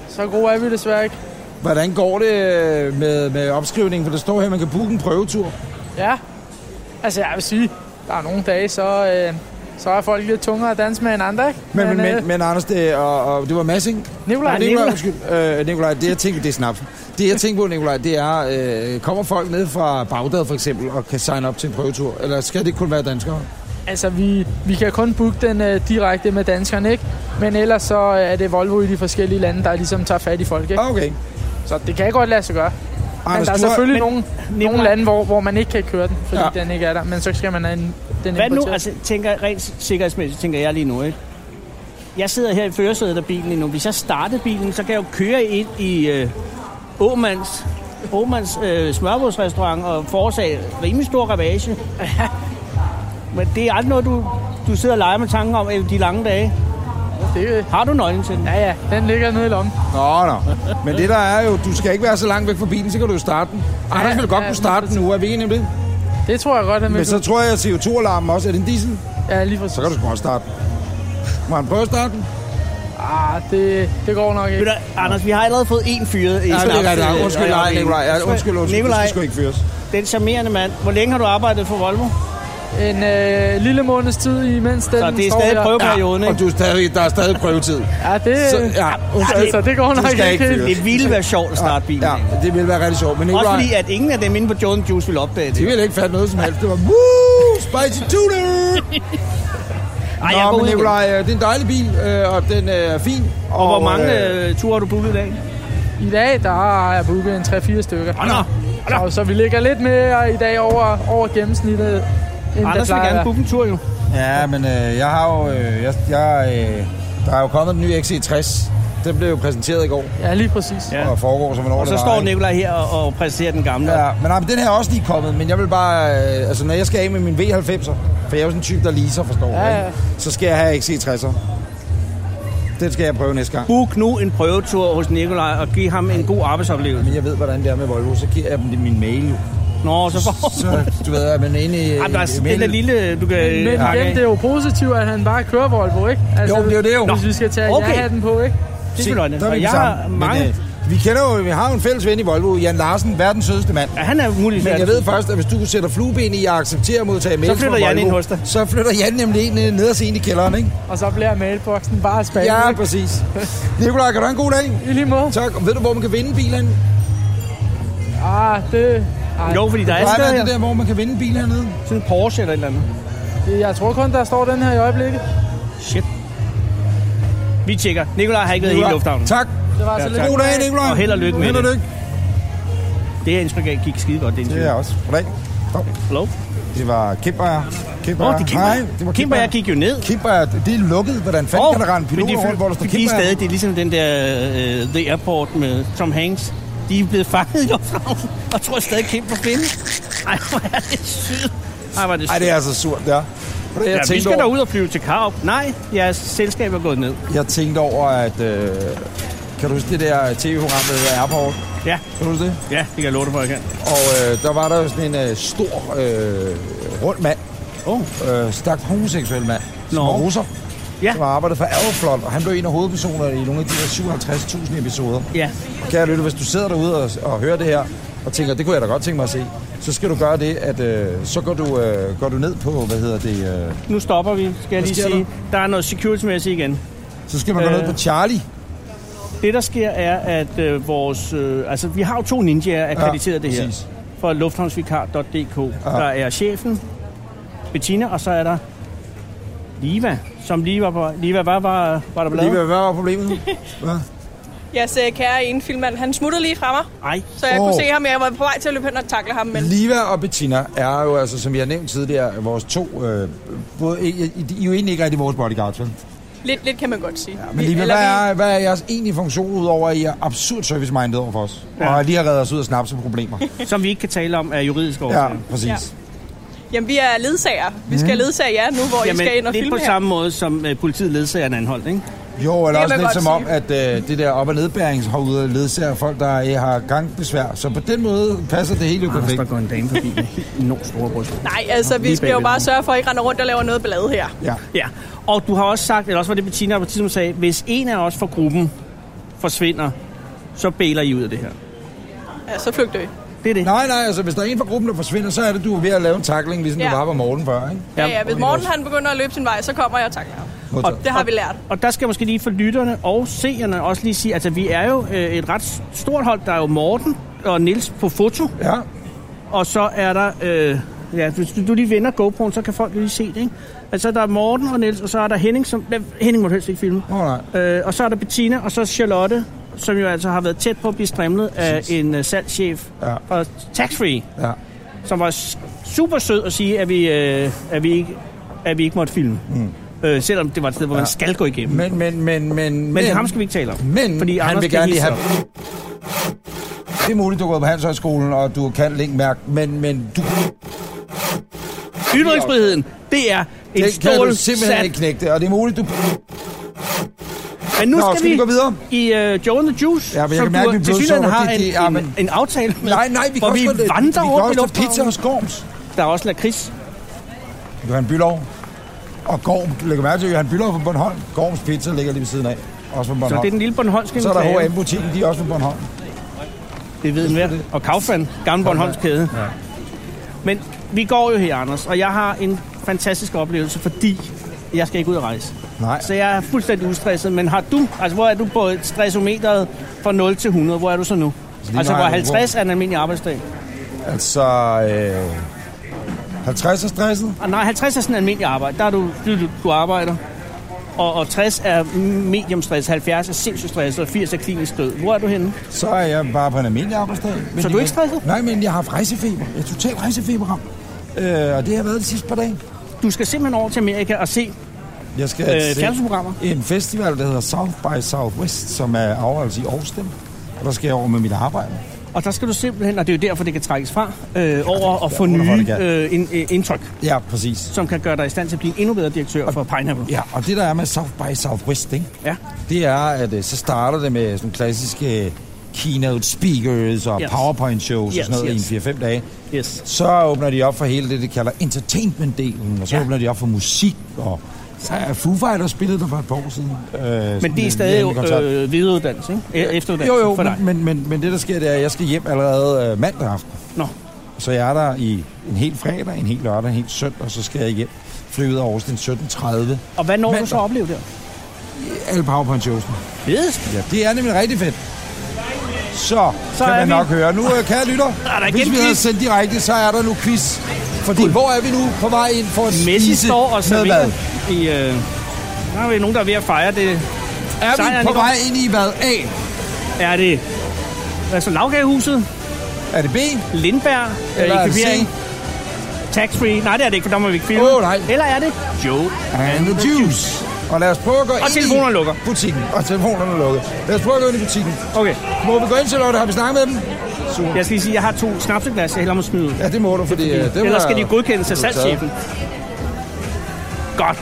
Speaker 6: så gode er vi desværre ikke.
Speaker 3: Hvordan går det øh, med, med opskrivningen? For der står her, man kan booke en prøvetur.
Speaker 6: Ja. Altså, jeg vil sige, der er nogle dage, så, øh, så er folk lidt tungere at danse med end andre, ikke?
Speaker 3: Men, men, men,
Speaker 6: øh,
Speaker 3: men Anders, det, og, og, det var Massing.
Speaker 6: Nikolaj,
Speaker 3: Nej, Nikolaj,
Speaker 6: Nikolaj.
Speaker 3: undskyld. Øh, Nikolaj, det jeg tænker, det er snaps. Det jeg tænker på, Nikolaj, det er, øh, kommer folk ned fra Bagdad for eksempel og kan signe op til en prøvetur? Eller skal det kun være danskere?
Speaker 6: Altså, vi, vi kan kun booke den øh, direkte med danskerne, ikke? Men ellers så øh, er det Volvo i de forskellige lande, der ligesom tager fat i folk, ikke?
Speaker 3: Okay.
Speaker 6: Så det kan godt lade sig gøre. Men
Speaker 3: Anders,
Speaker 6: der er
Speaker 3: du har,
Speaker 6: selvfølgelig
Speaker 2: men-
Speaker 6: nogle, nogle lande, hvor, hvor man ikke kan køre den, fordi
Speaker 3: Ja.
Speaker 6: ja. den ikke er der. Men så skal man have en, den
Speaker 2: Hvad nu?
Speaker 6: importeret.
Speaker 2: Altså, tænker, rent sikkerhedsmæssigt tænker jeg lige nu, ikke? Jeg sidder her i førersædet af bilen lige nu. Hvis jeg starter bilen, så kan jeg jo køre ind i øh, Åmands, Åmands øh, smørbrødsrestaurant og forårsage rimelig stor ravage. Men det er aldrig noget, du, du sidder og leger med tanken om øh, de lange dage.
Speaker 6: Det,
Speaker 2: Har du nøglen til den?
Speaker 6: ja, ja, den ligger nede i lommen.
Speaker 3: Nå, nå. Men det der er jo, du skal ikke være så langt væk fra bilen, så kan du jo starte den. Anders vil godt
Speaker 6: ja,
Speaker 3: kunne starte den nu, er vi enige om det?
Speaker 6: Det tror jeg godt, at
Speaker 3: Men
Speaker 6: man
Speaker 3: så
Speaker 6: så...
Speaker 3: tror jeg, at CO2-alarmen også er den diesel.
Speaker 6: Ja, lige præcis.
Speaker 3: Så kan du sgu også starte den. Må han prøve at starte den?
Speaker 6: Ah, det, det går nok
Speaker 2: Ved
Speaker 6: ikke.
Speaker 2: du, Anders, vi har allerede fået én fyret. i
Speaker 3: Ja,
Speaker 2: snaps-
Speaker 3: nej, nej, nej. Undskyld, nej,
Speaker 2: øjeblikket.
Speaker 3: Nikolaj. Ja, undskyld, undskyld. Nikolaj.
Speaker 2: Nikolaj,
Speaker 3: Det skal sgu ikke fyres.
Speaker 2: den charmerende mand. Hvor længe har du arbejdet for Volvo?
Speaker 6: En øh, lille måneds tid imens den
Speaker 2: Så det er
Speaker 6: står
Speaker 2: stadig
Speaker 6: der.
Speaker 2: prøveperioden, ikke?
Speaker 3: Og du er stadig, der er stadig prøvetid.
Speaker 2: Øh,
Speaker 6: Ja, det,
Speaker 3: Så,
Speaker 6: så,
Speaker 3: ja,
Speaker 6: ja, altså, det går
Speaker 3: Du
Speaker 6: nok
Speaker 3: skal
Speaker 6: ikke.
Speaker 3: ikke
Speaker 6: helt.
Speaker 3: fyres.
Speaker 2: Det ville være sjovt at starte bilen.
Speaker 3: Ja,
Speaker 2: ikke?
Speaker 3: det ville være rigtig sjovt. Men
Speaker 2: Også
Speaker 3: Nikolaj,
Speaker 2: fordi, at ingen af dem inde på Joe Juice ville opdage
Speaker 3: de
Speaker 2: det.
Speaker 3: ville ikke fatte noget som helst. Det var, woo, spicy tuner!
Speaker 2: Ej, jeg
Speaker 3: Nå,
Speaker 2: går
Speaker 3: men
Speaker 2: ud igen.
Speaker 3: Nikolaj, øh, det er en dejlig bil, øh, og den øh, er fin.
Speaker 2: Og hvor mange øh, ture har du booket i dag?
Speaker 6: I dag, der har jeg booket en 3-4 stykker.
Speaker 2: Nå, nå.
Speaker 6: Så, så vi ligger lidt mere i dag over, over gennemsnittet, end
Speaker 2: Anders
Speaker 6: der
Speaker 2: vil
Speaker 6: plejer. at
Speaker 2: gerne
Speaker 6: være.
Speaker 2: booke en tur jo.
Speaker 3: Ja, men øh, jeg har jo... Øh, jeg, jeg, øh, der er jo kommet den nye XC60. E Den blev jo præsenteret i går,
Speaker 6: Ja, lige præcis.
Speaker 2: Ja.
Speaker 3: og foregår som en
Speaker 2: Og
Speaker 3: ordentlig
Speaker 2: så står Nikolaj her og, og præsenterer den gamle.
Speaker 3: Ja, men nej, men den her er også lige kommet, men jeg vil bare... Øh, altså, når jeg skal af med min V90'er, for jeg er jo sådan en type, der leaser, forstår du,
Speaker 6: Ja, ja.
Speaker 3: ikke? Så skal jeg have XC60'er. Den skal jeg prøve næste gang.
Speaker 2: Book nu en prøvetur hos Nikolaj og giv ham en god arbejdsoplevelse.
Speaker 3: Men jeg ved, hvordan det er med Volvo, så giver jeg dem det- min mail, jo.
Speaker 2: Nå, så får
Speaker 3: Så, du ved, at man inde i...
Speaker 2: Ej, der er
Speaker 3: i-
Speaker 2: den der lille, du kan
Speaker 6: Men
Speaker 2: øh, hakke
Speaker 6: igen, det er
Speaker 2: af.
Speaker 6: jo positivt, at han bare kører Volvo, ikke? Altså,
Speaker 3: Jo, det er jo det, jo.
Speaker 6: Hvis vi skal tage
Speaker 2: Okay.
Speaker 6: okay. ja-hatten på, ikke?
Speaker 2: Det er selvfølgelig
Speaker 3: der er vi
Speaker 2: rigtigt. Jeg har
Speaker 3: sammen.
Speaker 2: mange...
Speaker 3: Men, øh, vi kender jo, vi har jo en fælles ven i Volvo, Jan Larsen, verdens sødeste mand.
Speaker 2: Ja, han er muligvis
Speaker 3: Men jeg
Speaker 2: verdens-
Speaker 3: ved først, at hvis du sætter flueben i at acceptere at modtage mails
Speaker 2: flytter
Speaker 3: fra
Speaker 2: Jan
Speaker 3: Volvo,
Speaker 2: ind hos dig.
Speaker 3: Så flytter Jan nemlig ind øh, ned og se ind i kælderen, ikke?
Speaker 6: Og så bliver mailboksen bare spændt.
Speaker 3: Ja,
Speaker 6: ikke?
Speaker 3: præcis. Nikolaj, kan du have en god dag?
Speaker 6: I lige måde.
Speaker 3: Tak. Og ved du, hvor man kan vinde bilen?
Speaker 6: Ja, Ah, det... Ej,
Speaker 2: Jo, fordi der er
Speaker 3: Der
Speaker 2: et
Speaker 3: har
Speaker 2: sted
Speaker 3: været det
Speaker 2: her.
Speaker 3: der, hvor man kan vinde en bil hernede.
Speaker 2: Sådan en Porsche eller et eller andet.
Speaker 6: det- jeg tror kun, der står den her i øjeblikket.
Speaker 2: Shit. Vi tjekker. Nikolaj har ikke været i hele lufthavnen.
Speaker 3: Tak.
Speaker 6: Det var
Speaker 2: Ja,
Speaker 6: så
Speaker 2: tak.
Speaker 6: lidt...
Speaker 3: God dag, Nicolaj.
Speaker 2: Og held og lykke med
Speaker 3: Held og
Speaker 2: det.
Speaker 3: lykke.
Speaker 2: Det her indtryk af gik skide godt. Det
Speaker 3: Det er
Speaker 2: er
Speaker 3: jeg også. Goddag. Stop.
Speaker 2: Hello?
Speaker 3: Det var Kimberger. Kimberger.
Speaker 2: Nå, det Kimber.
Speaker 3: Nej, det
Speaker 2: Kimber,
Speaker 3: var
Speaker 2: jeg
Speaker 3: Kimberger.
Speaker 2: gik jo ned.
Speaker 3: Kimberger, det er lukket. Hvordan fanden
Speaker 2: Åh,
Speaker 3: kan der rende
Speaker 2: men
Speaker 3: piloter
Speaker 2: de,
Speaker 3: rundt, hvor der står
Speaker 2: de, de, de er
Speaker 3: Kimberger?
Speaker 2: stadig, det er ligesom den der uh, The Airport med Tom Hanks. De er blevet fanget i lufthavnen, og tror stadig kæmpe for finde. Ej, hvor er det sygt. Ej, hvor er det
Speaker 3: Ej,
Speaker 2: sygt.
Speaker 3: det er altså surt, ja. For det, jeg,
Speaker 2: Ja, vi
Speaker 3: tænkte
Speaker 2: skal
Speaker 3: over,
Speaker 2: derud og flyve til Karup. Nej, jeres selskab er gået ned.
Speaker 3: jeg tænkte over, at... Øh, kan du huske det der tv-program, der hedder Airport?
Speaker 2: Ja,
Speaker 3: Kan du huske det?
Speaker 2: ja, det kan jeg love dig for, jeg kan.
Speaker 3: Og øh, der var der jo sådan en øh, stor, øh, rund mand. Oh. Øh, stak homoseksuel mand. Som
Speaker 2: Nå.
Speaker 3: var russer.
Speaker 2: Ja.
Speaker 3: Som arbejdede for Aeroflot, og han blev en af hovedpersonerne i nogle af de der 57.000 episoder.
Speaker 2: Ja,
Speaker 3: Kære lytte, hvis du sidder derude og, og hører det her, og tænker, det kunne jeg da godt tænke mig at se, så skal du gøre det, at øh, så går du, øh, går du ned på, hvad hedder det, øh,
Speaker 2: nu stopper vi, skal jeg lige
Speaker 3: sker der?
Speaker 2: sige. Der er noget security-mæssigt igen.
Speaker 3: så skal man øh. gå
Speaker 2: Øh.
Speaker 3: ned på Charlie.
Speaker 2: Det, der sker, er, at øh, vores... Øh, altså, vi har jo to ninjaer akkrediteret ja, det her.
Speaker 3: præcis.
Speaker 2: Fra lufthavnsvikar.dk. Ja. Der er chefen, Bettina, og så er der Liva, som lige var på... Liva, hvad var, var der
Speaker 3: Lige,
Speaker 2: bladet?
Speaker 3: hvad var problemet? Hvad?
Speaker 7: Jeres øh, kære ene filmmand, han smutter lige fra mig,
Speaker 2: Ej,
Speaker 7: så jeg
Speaker 3: Åh.
Speaker 7: oh. kunne se ham, jeg var på vej til at løbe hen og takle ham, men
Speaker 3: Liva og Bettina er jo, altså, som jeg har nævnt tidligere, vores to... Øh, både, I, I, I er jo egentlig ikke rigtig vores bodyguards, vel?
Speaker 7: lidt, lidt kan man godt sige.
Speaker 3: Men Liva,
Speaker 7: eller
Speaker 3: hvad er, hvad er jeres egentlige funktion, udover at I er absurd service-minded over for os? Ja. Og lige har reddet os ud af snapseproblemer.
Speaker 2: som vi ikke kan tale om af juridisk
Speaker 3: ja,
Speaker 2: årsager.
Speaker 3: præcis.
Speaker 7: Ja. vi, jamen, vi er ledsager. Vi skal ledsage jer nu, hvor I skal ind og
Speaker 2: lidt på
Speaker 7: filme her.
Speaker 2: samme måde, som øh, politiet ledsager en anholdt, ikke?
Speaker 3: Jo, eller
Speaker 7: Det
Speaker 3: også
Speaker 7: kan
Speaker 3: lidt
Speaker 7: man
Speaker 3: som om,
Speaker 7: godt
Speaker 3: at øh, det der op- og nedbæringshoved ledsager folk, der øh, har gangbesvær. Så på den måde passer det hele jo
Speaker 2: Anders,
Speaker 3: perfekt.
Speaker 2: der går en dame forbi med helt enormt store bryster.
Speaker 7: Nej, altså, vi
Speaker 2: Lige
Speaker 7: skal jo
Speaker 2: bagved.
Speaker 7: bare sørge for, at I ikke render rundt og laver noget ballade her.
Speaker 3: Ja.
Speaker 2: Ja, og du har også sagt, eller også var det Bettina, der som sagde, hvis en af os fra gruppen forsvinder, så bæler I ud af det her.
Speaker 7: Ja, så flygter vi.
Speaker 2: Det er det.
Speaker 3: Nej, nej, altså hvis der er en fra gruppen, der forsvinder, så er det, du er ved at lave en takling, ligesom ja.
Speaker 7: Ja.
Speaker 3: du var på morgen før, ikke?
Speaker 7: Ja, ja, hvis Morten han begynder at løbe sin vej, så kommer jeg og takler ham.
Speaker 3: Modtaget.
Speaker 7: Det har vi lært.
Speaker 2: Og der skal jeg måske lige for lytterne og seerne også lige sige, altså vi er jo øh, et ret stort hold. Der er jo Morten og Nils på foto,
Speaker 3: Ja,
Speaker 2: og så er der... Øh, ja, hvis du, du lige vender GoPro'en, så kan folk lige se det, ikke? Altså der er Morten og Nils, og så er der Henning, som... Nej, Henning må du helst ikke filme.
Speaker 3: åh oh, nej.
Speaker 2: Øh, og så er der Bettina, og så Charlotte, som jo altså har været tæt på at blive strimlet af en uh, salgschef
Speaker 3: Ja.
Speaker 2: fra Taxfree,
Speaker 3: Ja.
Speaker 2: som var s- super sød at sige, at vi, øh, at vi, ikke, at vi ikke måtte filme. Mm. Øh, selvom det var et sted, hvor ja. man skal gå igennem.
Speaker 3: Men, men, men, men,
Speaker 2: Men, men ham skal vi ikke tale om.
Speaker 3: Men
Speaker 2: fordi
Speaker 3: fordi han
Speaker 2: Anders
Speaker 3: vil
Speaker 2: kan
Speaker 3: gerne lige
Speaker 2: hisse
Speaker 3: have...
Speaker 2: sig
Speaker 3: Det er muligt, du har gået på Handelshøjskolen, og du kan linkmærke, men, men du
Speaker 2: op. Ytringsfriheden, det er en
Speaker 3: det kan
Speaker 2: stål
Speaker 3: du simpelthen
Speaker 2: sat.
Speaker 3: ikke knægte, og det er muligt, du...
Speaker 2: Men nu
Speaker 3: Nå,
Speaker 2: skal,
Speaker 3: skal vi gå videre?
Speaker 2: i uh, Joe and the Juice,
Speaker 3: Ja, men jeg
Speaker 2: som
Speaker 3: kan mærke,
Speaker 2: du
Speaker 3: min
Speaker 2: til synligheden
Speaker 3: blodsukkerhormon,
Speaker 2: har
Speaker 3: det-
Speaker 2: en,
Speaker 3: det er-
Speaker 2: en,
Speaker 3: men-
Speaker 2: en aftale med,
Speaker 3: Nej, nej, vi kan
Speaker 2: hvor
Speaker 3: også
Speaker 2: vi
Speaker 3: få lidt-
Speaker 2: vandrer
Speaker 3: vi kan
Speaker 2: rundt i
Speaker 3: også få pizza
Speaker 2: lufthavnen.
Speaker 3: hos Gorms.
Speaker 2: Der er også lakrids.
Speaker 3: Johan Bylov og Gorm. Lægger mærke til Johan Bylov fra Bornholm. Gorms Pizza ligger lige ved siden af. Også
Speaker 2: Så det er
Speaker 3: fra Bornholm.
Speaker 2: den lille Bornholmske
Speaker 3: Så er
Speaker 2: enklave.
Speaker 3: der H&M-butikken, de er også fra Bornholm.
Speaker 2: Det ved enhver. Og Kaufmann, gammel Bornholms kæde. Ja. Men vi går jo her, Anders, og jeg har en fantastisk oplevelse, fordi jeg skal ikke ud at rejse.
Speaker 3: Nej.
Speaker 2: Så jeg er fuldstændig ustresset, men har du, altså hvor er du på stressometeret fra 0 til 100? Hvor er du så nu?
Speaker 3: nu
Speaker 2: altså
Speaker 3: har
Speaker 2: hvor
Speaker 3: jeg det
Speaker 2: 50 er en almindelig arbejdsdag.
Speaker 3: Altså, øh, 50 er stresset.
Speaker 2: Og Ah, nej, 50 er sådan en almindelig arbejde. Der er du, du, du- du arbejder. Og, og 60 er medium stress, 70 er sindssygt stress, og 80 er klinisk død. Hvor er du henne?
Speaker 3: Så er jeg bare på en almindelig arbejdsdag. Men
Speaker 2: Så
Speaker 3: jeg-
Speaker 2: du er ikke stresset?
Speaker 3: Nej, men jeg har haft rejsefeber. Jeg er totalt rejsefeberram. Øh, og det har været de sidste par dage.
Speaker 2: Du skal simpelthen over til Amerika og se
Speaker 3: Jeg skal
Speaker 2: øh,
Speaker 3: til
Speaker 2: fjernsynsprogrammer.
Speaker 3: en festival, der hedder South by Southwest, som er afholdt i Aarhus. Og der skal jeg over med mit arbejde.
Speaker 2: Og der skal du simpelthen, og det er jo derfor, det kan trækkes fra, øh, over at få
Speaker 3: Ja, underfor,
Speaker 2: nye
Speaker 3: det kan.
Speaker 2: øh, ind, øh, indtryk,
Speaker 3: Ja, præcis.
Speaker 2: som kan gøre dig i stand til at blive en endnu bedre direktør for Pineapple.
Speaker 3: Ja, og det der er med South by Southwest, ikke?
Speaker 2: Ja.
Speaker 3: det er, at øh, så starter det med sådan klassiske keynote speakers og
Speaker 2: Yes.
Speaker 3: yes. powerpoint shows yes,
Speaker 2: Yes,
Speaker 3: og sådan noget
Speaker 2: yes.
Speaker 3: yes. i en 4-5 dage.
Speaker 2: Yes.
Speaker 3: Så åbner de op for hele det, de kalder entertainment-delen, og så
Speaker 2: Ja.
Speaker 3: ja. åbner de op for musik, og så er Foo Fighters spillet der for et par år siden.
Speaker 2: Men
Speaker 3: Øh, sådan
Speaker 2: det er
Speaker 3: en
Speaker 2: stadig jo
Speaker 3: koncert.
Speaker 2: øh, videreuddannelse, ikke? E-
Speaker 3: Jo,
Speaker 2: Efteruddannelse
Speaker 3: jo,
Speaker 2: for dig.
Speaker 3: men, men, men, men det der sker, det er, at jeg skal hjem allerede øh, mandag aften.
Speaker 2: Nå.
Speaker 3: Så jeg er der i en hel fredag, en hel lørdag, en hel søndag, og så skal jeg hjem. Flyve ud af Aarhus den 17.30.
Speaker 2: Og hvad når du
Speaker 3: Mandag.
Speaker 2: så at opleve der?
Speaker 3: Alle powerpoint showsene.
Speaker 2: Fedest.
Speaker 3: Ja, det er nemlig rigtig fedt. Så,
Speaker 2: Så
Speaker 3: kan
Speaker 2: er
Speaker 3: man
Speaker 2: vi-
Speaker 3: nok høre. Nu, øh, kære lytter,
Speaker 2: Er der igen
Speaker 3: hvis vi
Speaker 2: quiz?
Speaker 3: havde sendt direkte, så er der nu quiz. Fordi hvor er vi nu på vej ind for at
Speaker 2: Messi
Speaker 3: spise
Speaker 2: står og
Speaker 3: med
Speaker 2: serverer
Speaker 3: hvad?
Speaker 2: i... Øh, der er vi nogen, der er ved at fejre det.
Speaker 3: Er vi
Speaker 2: Sejren
Speaker 3: på
Speaker 2: i går.
Speaker 3: vej ind i hvad? A.
Speaker 2: Er det... Hvad så? Lavgagehuset?
Speaker 3: Er det B?
Speaker 2: Lindberg?
Speaker 3: Eller er det
Speaker 2: ekvipering?
Speaker 3: C?
Speaker 2: Tax free? Nej, det er det ikke, for der må vi ikke filme.
Speaker 3: Åh, nej.
Speaker 2: Eller er det Joe
Speaker 3: And the juice. Og lad os prøve at gå ind
Speaker 2: telefonerne
Speaker 3: i
Speaker 2: lukker.
Speaker 3: butikken. Og telefonerne er lukket. Lad os prøve at gå ind i butikken.
Speaker 2: Okay,
Speaker 3: Må vi gå ind, Charlotte? Har vi snakket med dem? Super.
Speaker 2: jeg skal lige sige, at jeg har to snapseglas, jeg hellere må smide.
Speaker 3: Ja, det må du, fordi... øh, Det
Speaker 2: Ellers
Speaker 3: var-
Speaker 2: skal de godkendes af
Speaker 3: det var taget.
Speaker 2: salgschefen. Godt.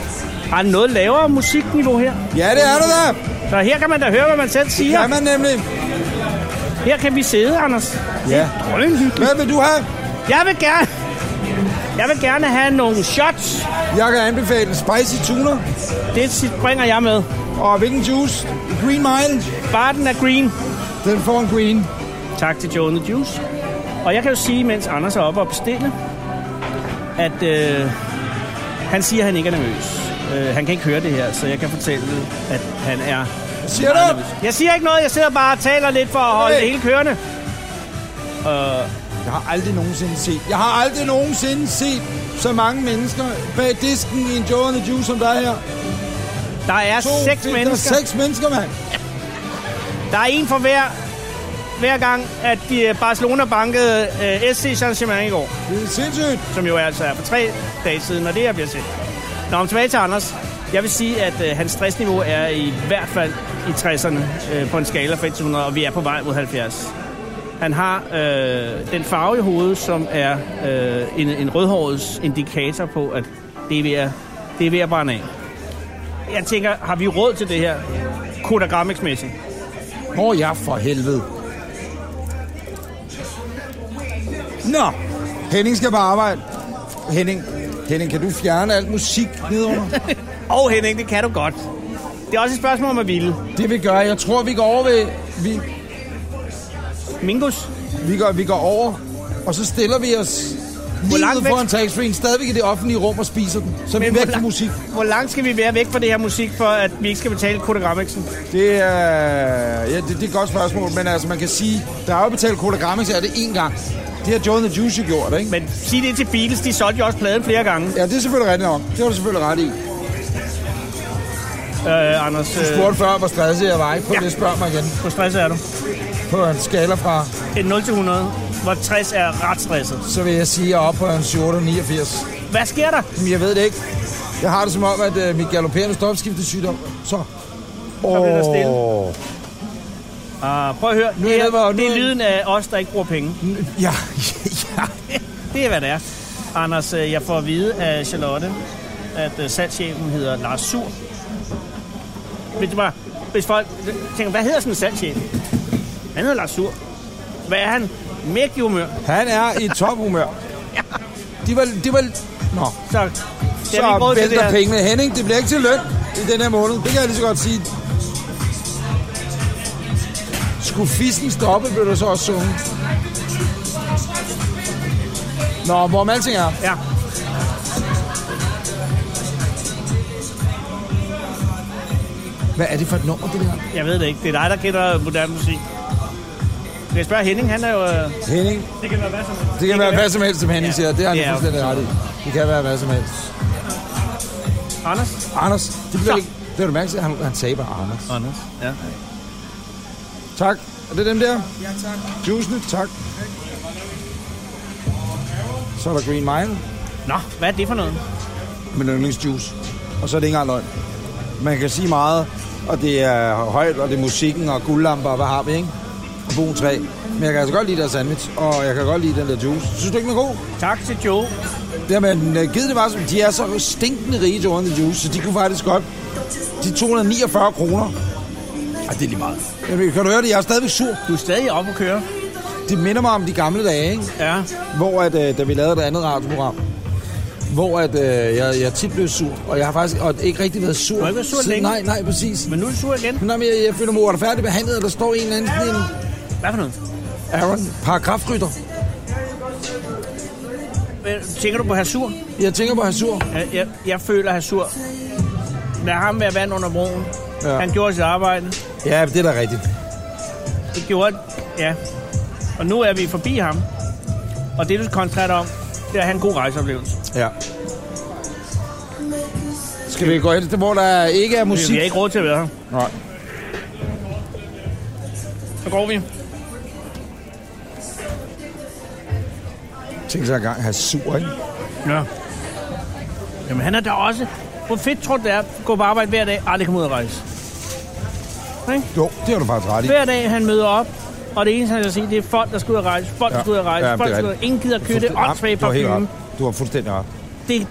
Speaker 2: Har den noget lavere musikniveau her?
Speaker 3: Ja, det er du da.
Speaker 2: Så her kan man da høre, hvad man selv siger.
Speaker 3: Ja, man nemlig.
Speaker 2: Her kan vi sidde, Anders.
Speaker 3: Ja.
Speaker 2: Drønhyggeligt.
Speaker 3: Hvad vil du have?
Speaker 2: Jeg vil gerne... Jeg vil gerne have nogle shots.
Speaker 3: Jeg kan anbefale en spicy tuna.
Speaker 2: Det bringer jeg med.
Speaker 3: Og hvilken juice? Green Mile.
Speaker 2: Bare den er green.
Speaker 3: Den får en green.
Speaker 2: Tak til Joe and the Juice. Og jeg kan jo sige, mens Anders er oppe og bestille, at øh, han siger, at han ikke er nervøs. Øh, han kan ikke høre det her, så jeg kan fortælle, at han er...
Speaker 3: Siger du?
Speaker 2: Jeg siger ikke noget, jeg sidder bare og taler lidt for at holde
Speaker 3: Okay.
Speaker 2: det hele kørende.
Speaker 3: Jeg har aldrig nogensinde set. Jeg har aldrig nogensinde set så mange mennesker bag disken i en Joe and the Juice, som der er her.
Speaker 2: Der er seks
Speaker 3: fire,
Speaker 2: mennesker.
Speaker 3: Der er seks mennesker, mand.
Speaker 2: Der er en for hver, hver gang, at de Barcelona bankede øh, SC Saint-Germain i går.
Speaker 3: Det er sindssygt.
Speaker 2: som jo altså er for tre dage siden, og det her bliver set. Nå, om tilbage til Anders. Jeg vil sige, at øh, hans stressniveau er i hvert fald i 60'erne øh, på en skala fra 1 til 100, og vi er på vej mod 70. Han har øh, den farve i hovedet, som er øh, en, en rødhårets indikator på, at det er ved at, det er ved at brænde af. Jeg tænker, har vi råd til det her kodagrammiksmæssigt?
Speaker 3: Hvor er jeg for helvede? Nå, Henning skal på arbejde. Henning, Henning, kan du fjerne alt musik nedenunder?
Speaker 2: Og Henning, det kan du godt. Det er også et spørgsmål om at ville.
Speaker 3: det vi gør, jeg tror, vi går over ved... Vi,
Speaker 2: Mingus,
Speaker 3: Vi går, vi går over, og så stiller vi os lige
Speaker 2: langt
Speaker 3: langt
Speaker 2: væk-
Speaker 3: foran taxfree stadigvæk i det offentlige rum og spiser den. Så vi er
Speaker 2: Men
Speaker 3: væk
Speaker 2: hvor
Speaker 3: fra
Speaker 2: lang-
Speaker 3: musik.
Speaker 2: Hvor langt skal vi være væk fra det her musik, for at vi ikke skal betale kodagrammiksen?
Speaker 3: Det er, ja, det, det er et godt spørgsmål, men altså man kan sige, der er jo betalt kodagrammet, er det én gang. Det har Joe and the Juice jo gjort, ikke?
Speaker 2: Men sig det til Beatles, de solgte jo også pladen flere gange,
Speaker 3: Ja, det er selvfølgelig rigtigt nok. Det har du selvfølgelig ret i.
Speaker 2: øh, Anders.
Speaker 3: Du spurgte før, hvor stresset jeg var, ikke? På ja.
Speaker 2: Ja.
Speaker 3: det spørger mig igen.
Speaker 2: hvor stresset er du?
Speaker 3: På en skala fra,
Speaker 2: En 0 til 100, hvor 60 er ret stresset.
Speaker 3: så vil jeg sige, at jeg er oppe på en 89.
Speaker 2: Hvad sker der?
Speaker 3: Men jeg ved det ikke. Jeg har det som om, at øh, mit galopperende stofskiftesygdom... Så. Åh,
Speaker 2: bliver der stille. Uh, prøv at høre.
Speaker 3: Nu er
Speaker 2: det,
Speaker 3: jeg nede, hvor-
Speaker 2: er,
Speaker 3: nu
Speaker 2: det
Speaker 3: er-
Speaker 2: er lyden af os, der ikke bruger penge.
Speaker 3: ja, ja,
Speaker 2: Det er, hvad det er. Anders, øh, jeg får at vide af Charlotte, at øh, salgschefen hedder Lars Sur. Hvis, det bare, hvis folk tænker, hvad hedder sådan en salgschef? Han hedder Lars Sur. Hvad er han? Mægtig humør.
Speaker 3: Han er i tophumør. De var, de var, nå,
Speaker 2: Så, det har vi ikke
Speaker 3: så
Speaker 2: råd til det
Speaker 3: vælter
Speaker 2: her.
Speaker 3: pengene. Henning, det bliver ikke til løn i den her måned. Det kan jeg lige så godt sige. Skulle fissen stoppe, blev der så også sunget. Nå, hvor alting er.
Speaker 2: Ja.
Speaker 3: Hvad er det for et nummer, det der?
Speaker 2: Jeg ved det ikke. Det er dig, der kender moderne musik. Kan jeg spørge Henning? Han er jo... øh,
Speaker 3: Henning,
Speaker 2: Det kan være hvad som
Speaker 3: det kan være hvad som helst, som Henning
Speaker 2: Ja,
Speaker 3: siger. Det har han
Speaker 2: det
Speaker 3: ja,
Speaker 2: er jo
Speaker 3: fuldstændig ret i. Det kan være hvad som helst.
Speaker 2: Anders?
Speaker 3: Anders, det bliver
Speaker 2: Så.
Speaker 3: ikke... Det er du mærke til, han, han sagde bare Anders.
Speaker 2: Anders, ja.
Speaker 3: Tak. Er det dem der? Ja, tak. Juicene, tak. Så er der Green Mile
Speaker 2: Nå, hvad er det for noget?
Speaker 3: med yndlingsjuice. Og så er det ikke engang løgn. Man kan sige meget, og det er højt, og det er musikken, og guldlamper, og hvad har vi, ikke? Og brun træ. Men jeg kan altså godt lide deres sandwich, og jeg kan godt lide den der juice. Synes du ikke, den er god?
Speaker 2: Tak til Joe.
Speaker 3: Jamen, øh, givet det var, som de er så stinkende rige, Joe and the Juice, så de kunne faktisk godt... De 249 kroner. Ej, det er lige meget. Jamen, kan du høre det? Jeg er stadigvæk sur.
Speaker 2: Du er stadig oppe at køre.
Speaker 3: Det minder mig om de gamle dage, ikke?
Speaker 2: Ja.
Speaker 3: hvor at, øh, da vi lavede det andet radioprogram, hvor at, øh, jeg, jeg tit blev sur, og jeg har faktisk og ikke rigtig været sur. Du
Speaker 2: har ikke været sur længe.
Speaker 3: Nej, nej, præcis.
Speaker 2: Men nu er du sur igen.
Speaker 3: Men når jeg, jeg føler mig uretfærdigt behandlet, og der står en eller anden sådan en
Speaker 2: Hvad for noget?
Speaker 3: Aaron paragrafrytter.
Speaker 2: Øh, Tænker du på Hasur?
Speaker 3: Jeg tænker på at have sur.
Speaker 2: Jeg, jeg, jeg føler Hasur. Lad ham være vand under broen.
Speaker 3: Ja.
Speaker 2: Ja. Han gjorde sit arbejde.
Speaker 3: Ja, det er da rigtigt.
Speaker 2: Det gjorde Ja. Og nu er vi forbi ham. Og det, du koncentrerer dig om, det er at have en god rejseoplevelse.
Speaker 3: Ja. Skal vi gå ind til, hvor der ikke er
Speaker 2: Musik.
Speaker 3: musik?
Speaker 2: Vi har ikke råd til at være her.
Speaker 3: Nej.
Speaker 2: Så går vi.
Speaker 3: Tænk sig engang at have sur, ikke?
Speaker 2: Ja. Jamen, han er da også... Hvor fedt tror du, det er at gå på arbejde hver dag, aldrig komme ud og rejse.
Speaker 3: Jo, det har du faktisk ret i.
Speaker 2: Hver dag, han møder op, og det eneste, han kan sige, det er folk, der skal ud og rejse, folk, der
Speaker 3: Ja.
Speaker 2: skal ud og rejse,
Speaker 3: Ja, det
Speaker 2: folk,
Speaker 3: er
Speaker 2: der skal ud og...
Speaker 3: rigtigt.
Speaker 2: Ingen gider købe det,
Speaker 3: Fuldstændig-
Speaker 2: åndssvage
Speaker 3: du har helt
Speaker 2: parfume.
Speaker 3: ret. Du har fuldstændig ret.
Speaker 2: Det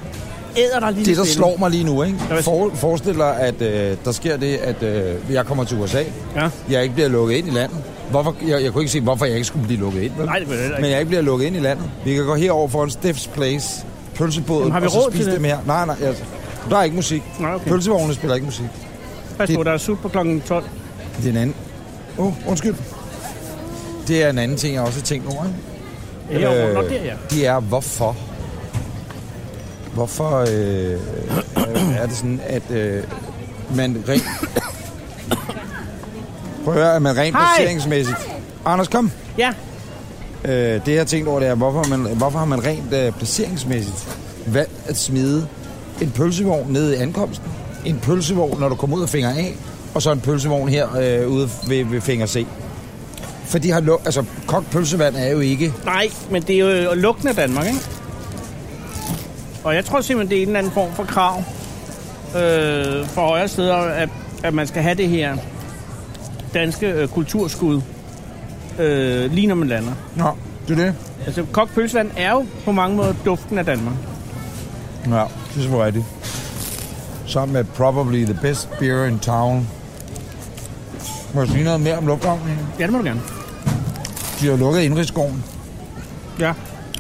Speaker 2: æder dig lige
Speaker 3: Det, der
Speaker 2: stille.
Speaker 3: slår mig lige nu, ikke?
Speaker 2: vil-
Speaker 3: For, forestil dig, at øh, der sker det, at øh, jeg kommer til USA.
Speaker 2: Ja.
Speaker 3: Jeg ikke bliver lukket ind i landet. Hvorfor, jeg, jeg kunne ikke se, hvorfor jeg ikke skulle blive lukket ind. Vel?
Speaker 2: Nej, det kunne jeg heller ikke.
Speaker 3: Men jeg ikke bliver lukket ind i landet. Vi kan gå herover foran Steffs Place, pølsebåden,
Speaker 2: Jamen, har vi
Speaker 3: og så
Speaker 2: råd til
Speaker 3: spise
Speaker 2: det?
Speaker 3: dem her. Nej, nej, altså, der er ikke musik.
Speaker 2: Nej, okay.
Speaker 3: Pølsevognene spiller ikke musik.
Speaker 2: Pas på,
Speaker 3: det-
Speaker 2: der er sut på klokken 12.
Speaker 3: Det er en anden... Åh, oh, undskyld. Det er en anden ting, jeg også har tænkt over. ikke?
Speaker 2: Herovre. Nå, der, ja.
Speaker 3: det er, hvorfor? Hvorfor øh, øh, er det sådan, at øh, man rent... Prøv at høre, at man rent
Speaker 2: Hej.
Speaker 3: placeringsmæssigt... Anders, kom.
Speaker 2: Ja,
Speaker 3: Øh, det, jeg har tænkt over, det er, hvorfor, man, hvorfor har man rent øh, placeringsmæssigt valgt at smide en pølsevogn ned i ankomsten? En pølsevogn, når du kommer ud og finger af, og så en pølsevogn her øh, ude ved, ved finger C. For de har luk... Altså, kogt pølsevand er jo ikke...
Speaker 2: nej, men det er jo øh, lugten af Danmark, ikke? Og jeg tror simpelthen, det er en eller anden form for krav øh, fra højre steder, at, at man skal have det her danske øh, kulturskud øh, lige når man lander.
Speaker 3: Nå, det er det.
Speaker 2: Altså, kogt pølsevand er jo på mange måder duften af Danmark.
Speaker 3: Ja, det er selvfølgelig rigtigt. Sammen med probably the best beer in town. Må jeg sige noget mere om lufthavnen?
Speaker 2: Ja, det må du gerne.
Speaker 3: De har lukket Indrigsgården.
Speaker 2: Ja.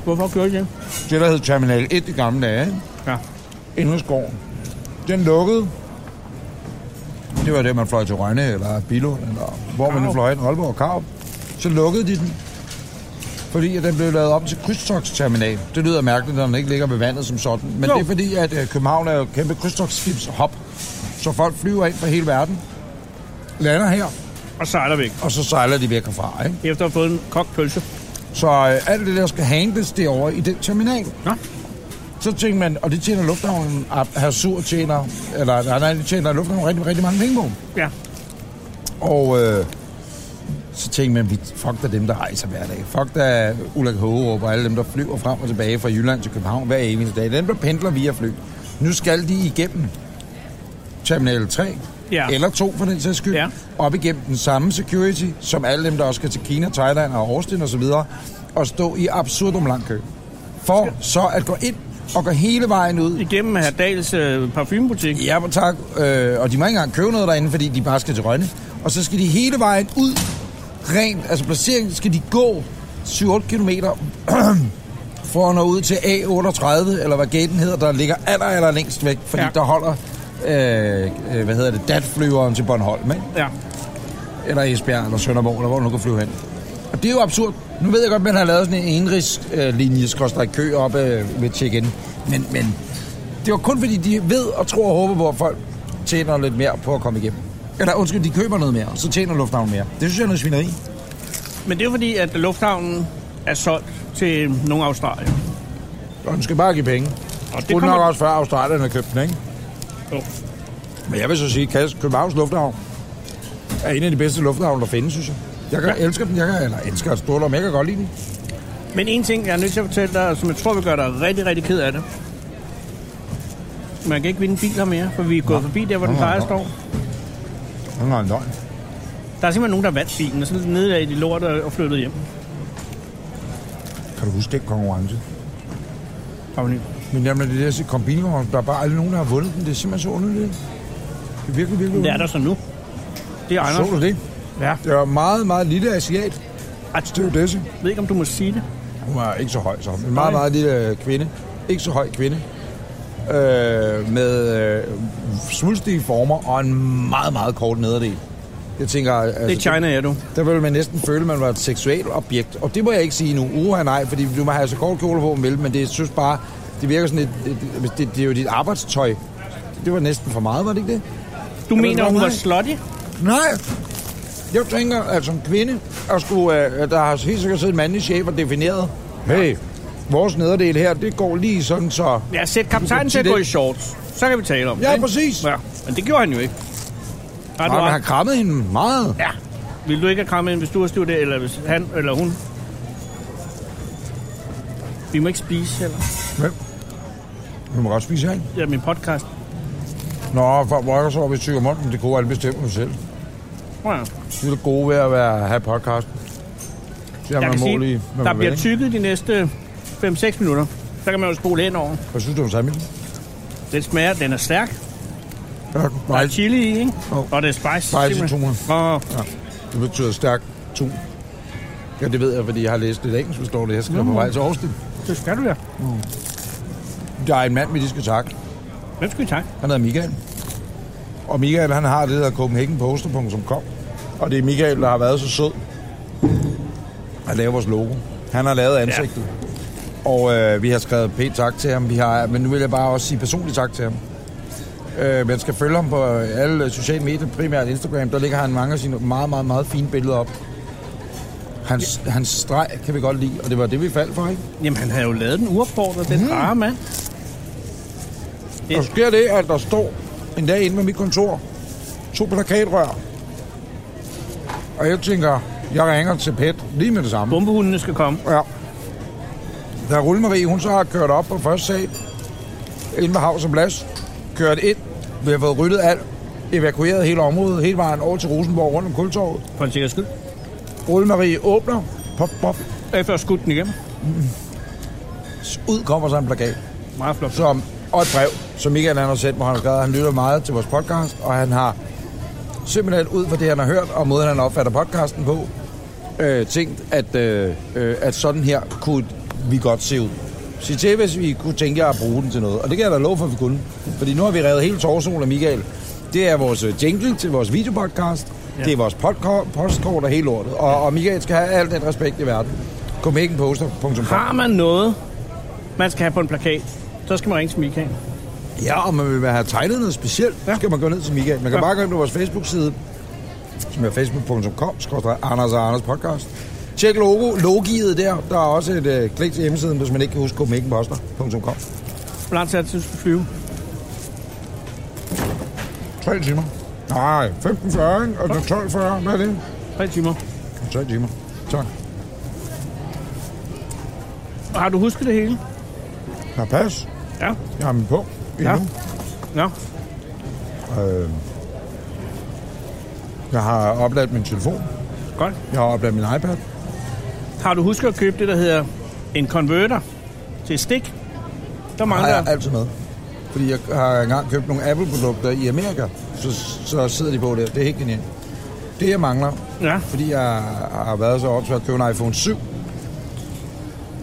Speaker 2: Hvorfor gjorde I det?
Speaker 3: Det, der hed Terminal 1 i gamle dage. ikke?
Speaker 2: Ja.
Speaker 3: Indrigsgården. Den lukkede. Det var det, man fløj til Rønne eller Bilo, eller hvor man nu
Speaker 2: Karup.
Speaker 3: fløj ind, Aalborg og Karup. Så lukkede de den. Fordi at den blev lavet om til krydstogsterminal. Det lyder mærkeligt, når den ikke ligger ved vandet som sådan. Men
Speaker 2: Jo.
Speaker 3: jo. det er fordi, at øh, København er jo et kæmpe krydstogsskibshop. Så folk flyver ind fra hele verden, lander her,
Speaker 2: Og sejler væk.
Speaker 3: og så sejler de væk herfra. Ikke?
Speaker 2: Efter at have fået en kogt pølse.
Speaker 3: Så øh, alt det der skal handles derovre i den terminal.
Speaker 2: Nå.
Speaker 3: Så tænkte man, og det tjener lufthavnen, at Hersur tjener, eller nej, nej, det tjener lufthavnen rigtig, rigtig mange penge på.
Speaker 2: Ja.
Speaker 3: Og øh, så tænkte man, vi fuck da dem, der rejser hver dag. Fuck da Ulrik Hågerup og alle dem, der flyver frem og tilbage fra Jylland til København hver eneste dag. Dem, der pendler via fly. Nu skal de igennem Terminal 3,
Speaker 2: Ja.
Speaker 3: eller 2 for den sags skyld,
Speaker 2: Ja.
Speaker 3: op igennem den samme security, som alle dem, der også skal til Kina, Thailand og Austin osv., og, og stå i absurdum lang kø. For så at gå ind og gå hele vejen ud
Speaker 2: Igennem her Dals øh, parfumebutik.
Speaker 3: Ja, men tak. Øh, og de må ikke engang købe noget derinde, fordi de bare skal til Rønne. Og så skal de hele vejen ud, rent, altså placeringen, skal de gå 7-8 km for at nå ud til A38, eller hvad gaten hedder, der ligger aller, aller længst væk, fordi
Speaker 2: Ja.
Speaker 3: ja. der holder, øh, øh, hvad hedder det, datflyveren til Bornholm, ikke?
Speaker 2: Ja.
Speaker 3: eller Esbjerg, eller Sønderborg, eller hvor du nu kan flyve hen. Og det er jo absurd. Nu ved jeg godt, at man har lavet sådan en indrigslinje, øh, kø op øh, ved check-in. Men, men det var kun fordi, de ved og tror og håber på, at folk tjener lidt mere på at komme igennem. Eller undskyld, de køber noget mere, så tjener Lufthavn mere. Det synes jeg er noget svineri.
Speaker 2: Men det er jo fordi, at lufthavnen er solgt til nogle australier.
Speaker 3: Og den skal bare give penge.
Speaker 2: Og det
Speaker 3: Det kommer... nok
Speaker 2: kommer...
Speaker 3: også før Australierne købte den, ikke?
Speaker 2: Jo.
Speaker 3: Men jeg vil så sige, at Københavns Lufthavn er en af de bedste lufthavne, der findes, synes jeg. Jeg kan, ja. elsker den, jeg kan, eller elsker at stå der, men jeg kan godt lide den.
Speaker 2: Men en ting, jeg er nødt til at fortælle dig, som jeg tror, vi gør dig rigtig, rigtig ked af det. Man kan ikke vinde biler mere, for vi er gået forbi der, hvor den
Speaker 3: Nå,
Speaker 2: plejer at
Speaker 3: nå.
Speaker 2: stå.
Speaker 3: Den er en løgn.
Speaker 2: Der er simpelthen nogen, der har vandt bilen, og så nedlagde de lort og og flyttede hjem.
Speaker 3: Kan du huske den konkurrence?
Speaker 2: Kom
Speaker 3: Men jamen, det der så kom bilkonkurrence, der er bare aldrig nogen, der har vundet den. Det er simpelthen så underligt. Det er virkelig, virkelig
Speaker 2: Det er
Speaker 3: underligt.
Speaker 2: der så nu. Det er Anders.
Speaker 3: Så du det?
Speaker 2: Ja.
Speaker 3: Det var meget, meget lille asiat.
Speaker 2: Ej,
Speaker 3: Det er jo Desse.
Speaker 2: Jeg ved ikke, om du må sige det.
Speaker 3: Hun var ikke så høj så. En meget, meget lille øh, kvinde. Ikke så høj kvinde. Øh, med øh, svulstige former og en meget, meget kort nederdel. Jeg tænker, altså,
Speaker 2: Det er China, er du.
Speaker 3: der ville man næsten føle, at man var et seksuelt objekt. Og det må jeg ikke sige nu. Uha, nej, fordi du må have så kort kjole på, om du vil, men det jeg synes bare, det virker sådan lidt, det, det, det, er jo dit arbejdstøj. Det var næsten for meget, var det ikke det?
Speaker 2: Du
Speaker 3: Jeg
Speaker 2: mener,
Speaker 3: ved,
Speaker 2: hun var
Speaker 3: nej.
Speaker 2: slutty?
Speaker 3: Nej. Jeg tænker, at som kvinde, at skulle, øh, der har helt sikkert siddet mandlige chefer defineret. Hey, vores nederdel her, det går lige sådan så...
Speaker 2: Ja, sæt kaptajnen til at gå i shorts. Så kan vi tale om
Speaker 3: Ja,
Speaker 2: det.
Speaker 3: præcis.
Speaker 2: Ja, men det gjorde han jo ikke. Ej, du
Speaker 3: Nej, men
Speaker 2: har...
Speaker 3: han krammede hende meget.
Speaker 2: Ja. Vil du ikke have krammet en, hvis du har styr det, eller hvis han eller hun? Vi må ikke spise, eller?
Speaker 3: Du må godt spise herinde.
Speaker 2: Ja, min podcast.
Speaker 3: Nå, for brokker så ved Tykker Monten, det kunne alle bestemme selv.
Speaker 2: Prøv at høre.
Speaker 3: Det er det gode ved at være, have podcasten. Så
Speaker 2: Jeg
Speaker 3: man
Speaker 2: kan
Speaker 3: mål
Speaker 2: sige,
Speaker 3: i, hvad
Speaker 2: der
Speaker 3: man vil,
Speaker 2: bliver
Speaker 3: ikke?
Speaker 2: tykket de næste 5-6 minutter. Så kan man jo spole hen over.
Speaker 3: Hvad synes du om Samuel?
Speaker 2: Den smager, den er stærk.
Speaker 3: Ja,
Speaker 2: Der er
Speaker 3: nej,
Speaker 2: chili i, ikke?
Speaker 3: Jo.
Speaker 2: Og det er spice.
Speaker 3: Spicy
Speaker 2: simpelthen.
Speaker 3: toner.
Speaker 2: Og
Speaker 3: det betyder stærk tun. Ja, det ved jeg, fordi jeg har læst lidt engelsk, hvis står det. Jeg skal mm. på vej til Aarhus.
Speaker 2: det skal du ja.
Speaker 3: Der er en mand, vi lige skal takke.
Speaker 2: Hvem skal vi takke?
Speaker 3: Han hedder Michael. Og Michael, han har det, der hedder CopenhagenPoster.com. Og det er Michael, der har været så sød at lave vores logo. Han har lavet ansigtet. Ja. Og øh, vi har skrevet pænt tak til ham. Vi har, men nu vil jeg bare også sige personligt tak til ham. Øh, man skal følge ham på alle sociale medier, primært Instagram. Der ligger han mange af sine meget, meget, meget fine billeder op. Hans, ja. hans streg kan vi godt lide, og det var det, vi faldt for, ikke?
Speaker 2: Jamen, han havde jo lavet den uopfordret, den mm. rare mand.
Speaker 3: Der sker det, at der står en dag inde ved mit kontor to plakatrør. Og jeg tænker, jeg ringer til Pet lige med det samme.
Speaker 2: Bombehundene skal komme.
Speaker 3: Ja. Da Rullemarie, hun så har kørt op på første sal, inde ved Havs og Blas, kørt ind, vi har fået ryddet alt, evakueret hele området, hele vejen over til Rosenborg rundt om Kultorvet.
Speaker 2: For en sikker skyld.
Speaker 3: Rullemarie åbner, pop, pop,
Speaker 2: Efter at skudt den igennem.
Speaker 3: ud kommer så en plakat.
Speaker 2: Meget flot.
Speaker 3: som, og et brev, som Michael han har sendt mig. Han har skrevet, han lytter meget til vores podcast, og han har simpelthen ud fra det, han har hørt, og måden, han opfatter podcasten på, øh, tænkt, at, øh, øh, at sådan her kunne vi godt se ud. Sig til, hvis vi kunne tænke jer at bruge den til noget. Og det kan jeg da love for, at vi kunne. Fordi nu har vi revet hele torsolen af Michael. Det er vores øh, jingle til vores videopodcast. Ja. Det er vores podca- postkort og hele lortet. Og, og Michael skal have alt den respekt i verden. Copenhagenposter.com
Speaker 2: Har man noget, man skal have på en plakat, så skal man ringe til Michael.
Speaker 3: Ja, og man vil have tegnet noget specielt, ja. skal man gå ned til Michael. Man kan
Speaker 2: Ja.
Speaker 3: ja. bare gå ind på vores Facebook-side, som er facebook.com, skorstræk Anders og Anders podcast. Tjek logo, logiet der. Der er også et øh, klik til hjemmesiden, hvis man ikke kan huske copenhagenposter.com.
Speaker 2: Hvor lang tid er det, til, du skal flyve?
Speaker 3: Tre timer. Nej, 15.40, ikke? og så 12.40. Hvad er det?
Speaker 2: Tre timer.
Speaker 3: Tre timer. Tak.
Speaker 2: Og Har du husket det hele?
Speaker 3: Nå, pas.
Speaker 2: Ja.
Speaker 3: Jeg har min på.
Speaker 2: Ja.
Speaker 3: Ja.
Speaker 2: Nå.
Speaker 3: Øh, jeg har opladt min telefon.
Speaker 2: Godt.
Speaker 3: Jeg har opladt min iPad.
Speaker 2: Har du husket at købe det, der hedder en converter til stik? Der
Speaker 3: har
Speaker 2: mangler...
Speaker 3: jeg altid med. Fordi jeg har engang købt nogle Apple-produkter i Amerika, så, så sidder de på der. Det er helt genialt. Det, jeg mangler,
Speaker 2: Ja.
Speaker 3: fordi jeg har været så optaget at købe en iPhone 7,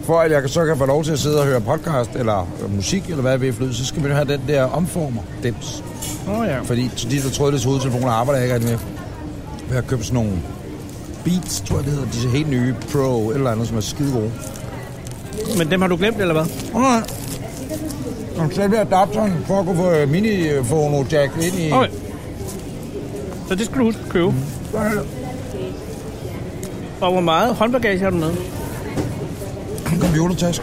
Speaker 3: for at jeg så kan få lov til at sidde og høre podcast, eller musik, eller hvad jeg vil i flyet, så skal vi jo have den der omformer, dims.
Speaker 2: Åh oh, ja.
Speaker 3: Fordi til de, der trådløse hovedtelefoner, arbejder jeg ikke rigtig med. Jeg har købt sådan nogle Beats, tror jeg det hedder, de helt nye Pro, et eller andet, som er skide gode.
Speaker 2: Men dem har du glemt, eller hvad?
Speaker 3: Nej. Og så bliver adapteren for at kunne øh, få minifono jack ind i...
Speaker 2: Okay. Så det skal du huske at købe.
Speaker 3: Mm.
Speaker 2: Og hvor meget håndbagage har du med?
Speaker 3: Computertask.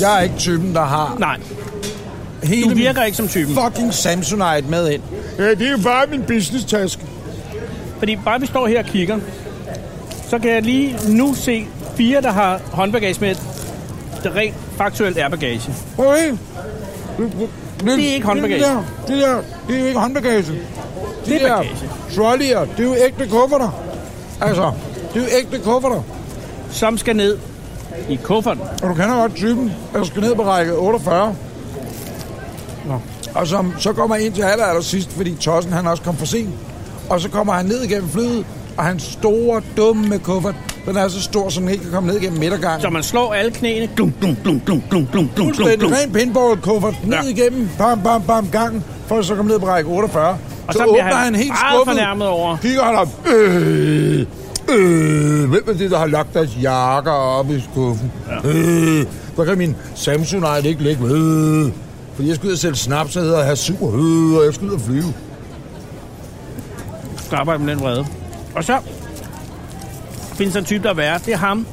Speaker 3: Jeg er ikke typen, der har
Speaker 2: Nej,
Speaker 3: hele
Speaker 2: du virker ikke som typen.
Speaker 3: min fucking Samsonite med ind. Ja, det er jo bare min business taske.
Speaker 2: Fordi bare vi står her og kigger, så kan jeg lige nu se fire, der har håndbagage med. Det rent faktuelt er bagage.
Speaker 3: Prøv at det,
Speaker 2: Det er ikke håndbagage.
Speaker 3: Det der, det der, det er jo ikke håndbagage. Det,
Speaker 2: Det er
Speaker 3: der
Speaker 2: bagage.
Speaker 3: trolleyer, det er jo ægte kufferter. Altså, det er jo ægte kufferter.
Speaker 2: Som skal ned i kufferten.
Speaker 3: Og du kender godt typen, der skal ned på række 48.
Speaker 2: Nå.
Speaker 3: Og som, så kommer ind til aller, aller sidst, fordi Tossen han også kom for sent. Og så kommer han ned igennem flyet, og hans store, dumme kuffert, den er så stor, så den ikke kan komme ned igennem midtergangen.
Speaker 2: Så man slår alle knæene. Glum, glum, glum, glum, glum, glum, glum, glum,
Speaker 3: Fuldstændig
Speaker 2: glum.
Speaker 3: ren pinball-kuffert, ned
Speaker 2: Ja.
Speaker 3: igennem, bam, bam, bam, gangen, for at så komme ned på række 48.
Speaker 2: Og
Speaker 3: så,
Speaker 2: så bliver
Speaker 3: åbner
Speaker 2: han
Speaker 3: han, helt
Speaker 2: meget
Speaker 3: skuffet,
Speaker 2: fornærmet over-
Speaker 3: kigger han op, øh, øh, hvem er det, der har lagt deres jakker op i skuffen? Ja. Øh, hvor kan min Samsonite ikke ligge? Øh, fordi jeg skal ud og sælge snaps, så hedder jeg have sur, øh, og jeg skal ud og flyve.
Speaker 2: skraber dem den vrede. Og så findes der en type, der er værre. Det er ham,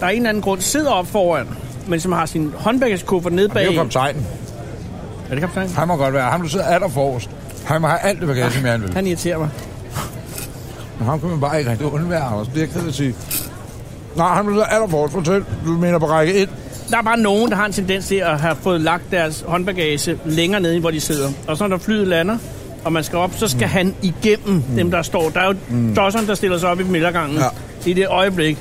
Speaker 2: der af en eller anden grund sidder op foran, men som har sin håndbækkeskuffer nede
Speaker 3: Det
Speaker 2: bag.
Speaker 3: er jo kaptajnen.
Speaker 2: er det kaptajn?
Speaker 3: Han må godt være. Ham, der sidder aller forrest. Han må have alt det bagage, med han vil.
Speaker 2: Han irriterer mig.
Speaker 3: Men ham kan man bare ikke rigtig undvære, Anders. Det er jeg ked af at sige. Nej, han sidder aller forrest. Fortæl. Du mener på række 1.
Speaker 2: Der er bare nogen, der har en tendens til at have fået lagt deres håndbagage længere nede, hvor de sidder. Og så når flyet lander, og man skal op, så skal mm. han igennem mm. dem, der står. Der er jo mm. dosseren, der stiller sig op i midtergangen ja.
Speaker 3: Ja.
Speaker 2: i det øjeblik,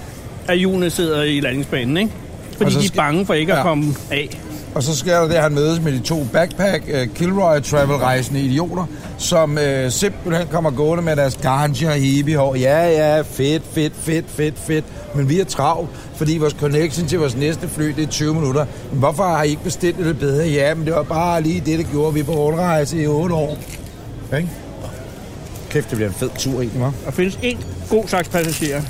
Speaker 2: at hjulene sidder i landingsbanen, ikke? Fordi
Speaker 3: Og så
Speaker 2: de er
Speaker 3: skal-
Speaker 2: bange for ikke at
Speaker 3: Ja.
Speaker 2: komme af.
Speaker 3: Og så sker der det, at han mødes med de to backpack, uh, Kilroy travel rejsende idioter, som uh, simpelthen kommer gående med deres ganja hippie hår. Ja, ja, fedt, fedt, fedt, fedt, fedt. Men vi er travlt, fordi vores connection til vores næste fly, det er 20 minutter. Men hvorfor har I ikke bestilt det lidt bedre? Ja, men det var bare lige det, der gjorde at vi er på rundrejse i 8 år. Ikke? Kæft, det bliver en fed tur egentlig, hva'?
Speaker 2: Der findes én god slags passagerer.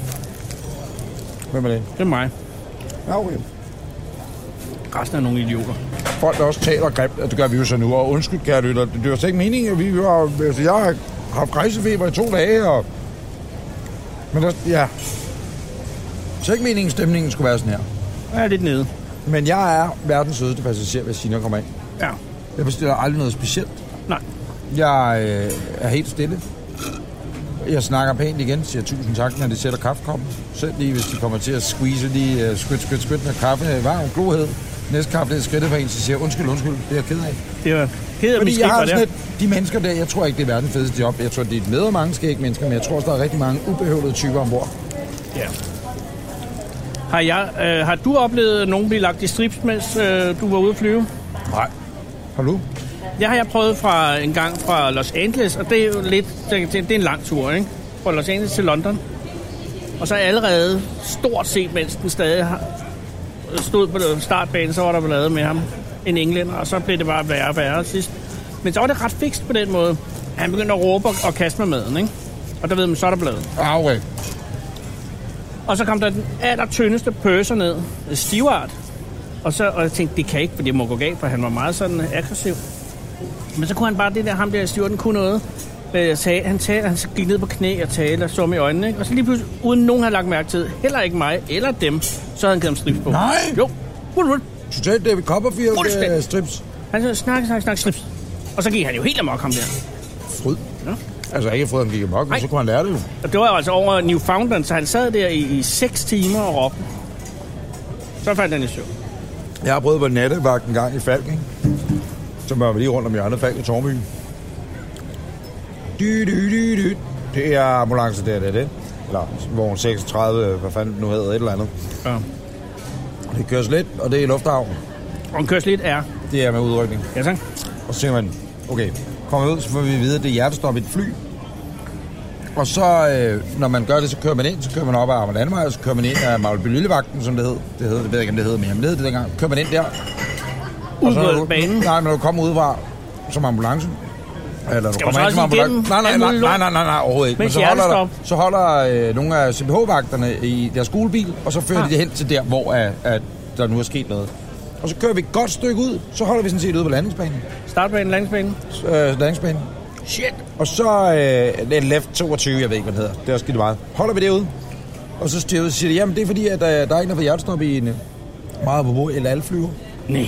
Speaker 3: Hvem er det?
Speaker 2: Det er mig.
Speaker 3: Ja, okay.
Speaker 2: Resten er nogle idioter.
Speaker 3: folk, der også taler grimt, og det gør vi jo så nu. Og undskyld, kære lytter, det det var slet ikke meningen, at vi var... Altså, jeg har haft rejsefeber i to dage, og... Men der, ja... Så ikke meningen, stemningen skulle være sådan her.
Speaker 2: Jeg er lidt nede.
Speaker 3: Men jeg er verdens sødeste passager, hvis Sina kommer ind.
Speaker 2: Ja.
Speaker 3: Jeg bestiller aldrig noget specielt.
Speaker 2: Nej.
Speaker 3: Jeg øh, er helt stille. Jeg snakker pænt igen, siger tusind tak, når de sætter kaffekoppen. Selv lige, hvis de kommer til at squeeze lige uh, skvidt, skvidt, skvidt, når kaffen er varm, glohed. Næste kaffe, det er skridtet for en, så siger jeg, undskyld, undskyld, det er jeg ked af.
Speaker 2: Det var ked af, at mit
Speaker 3: Fordi
Speaker 2: skib
Speaker 3: jeg
Speaker 2: var
Speaker 3: har sådan
Speaker 2: der.
Speaker 3: et, de mennesker der, jeg tror ikke, det er verdens fedeste job. Jeg tror, det er et med og mange skæg mennesker, men jeg tror også, der er rigtig mange ubehøvlede typer ombord.
Speaker 2: Ja. Har, jeg, øh, har du oplevet, at nogen blive lagt i strips, mens øh, du var ude at flyve?
Speaker 3: Nej. Har du?
Speaker 2: Det har jeg prøvet fra en gang fra Los Angeles, og det er jo lidt, det det er en lang tur, ikke? Fra Los Angeles til London. Og så allerede, stort set, mens den stadig har- stod på startbanen, så var der ballade med ham, en englænder, og så blev det bare værre og værre sidst. Men så var det ret fikst på den måde. Han begyndte at råbe og, og kaste med maden, ikke? Og der ved man, så er der ballade.
Speaker 3: Ah, okay.
Speaker 2: Og så kom der den allertyndeste pøser ned, Stewart. Og, så, og jeg tænkte, det kan ikke, for det må gå galt, for han var meget sådan øh, aggressiv. Men så kunne han bare det der, ham der Stewarten kunne noget. Øh, Jeg sagde, han, talte, han gik ned på knæ og talte og så i øjnene. Ikke? Og så lige pludselig, uden nogen havde lagt mærke til, heller ikke mig eller dem, så havde han givet ham strips på.
Speaker 3: Nej!
Speaker 2: Jo. Rul, rul.
Speaker 3: Totalt David Copperfield
Speaker 2: Fuldstændig.
Speaker 3: øh, strips.
Speaker 2: Han så snak, snak, snak, strips. Og så gik han jo helt amok, ham der.
Speaker 3: Fryd.
Speaker 2: Ja.
Speaker 3: Altså ikke fryd, han gik amok,
Speaker 2: Nej.
Speaker 3: men så kunne han lære det jo.
Speaker 2: Og det var jo altså over Newfoundland, så han sad der i, i 6 timer og råbte. Så faldt han i søvn.
Speaker 3: Jeg har prøvet på nattevagt en gang i Falk, ikke? Som var lige rundt om hjørnet Falk i Tormby. Dy, dy, dy, dy. Det er ambulance, det er det, det. Eller vogn 36, hvad fanden det nu hedder, et eller andet.
Speaker 2: Ja.
Speaker 3: Det køres lidt, og det er i lufthavnen.
Speaker 2: Og en kørsel lidt er...
Speaker 3: Det er med udrykning.
Speaker 2: Ja, tak.
Speaker 3: Og så tænker man, okay, kommer ud, så får vi at vide, at det er hjertestop i et fly. Og så, øh, når man gør det, så kører man ind, så kører man op ad Amager Landvej, og så kører man ind af Magleby Lillevagten, som det hed. Det hed, det ved jeg ikke, om det hed mere, men det hed det dengang. Kører man ind der.
Speaker 2: Ud
Speaker 3: og så, når
Speaker 2: på
Speaker 3: du-
Speaker 2: banen.
Speaker 3: Nej, når du kommer ud fra som ambulance. Eller, når du
Speaker 2: Skal man
Speaker 3: kommer
Speaker 2: så
Speaker 3: ind som
Speaker 2: også igennem
Speaker 3: ambulance. Nej, nej,
Speaker 2: alt
Speaker 3: nej,
Speaker 2: muligt
Speaker 3: nej,
Speaker 2: lort?
Speaker 3: nej, nej, nej, overhovedet ikke.
Speaker 2: Med
Speaker 3: Men så
Speaker 2: et
Speaker 3: holder, der,
Speaker 2: hjertestop.
Speaker 3: så holder øh, nogle af CPH-vagterne i deres skolebil, og så fører ah. de det hen til der, hvor at, at der nu er sket noget. Og så kører vi et godt stykke ud, så holder vi sådan set ude på landingsbanen
Speaker 2: Startbanen, landingsbanen.
Speaker 3: øh, landingsbanen. Shit. Og så øh, den left 22, jeg ved ikke, hvad den hedder. Det er også skidt meget. Holder vi det ud? Og så styrer vi, siger de, jamen det er fordi, at øh, der er ikke noget for hjertestop i en øh, meget på brug, eller alle flyver.
Speaker 2: Nej.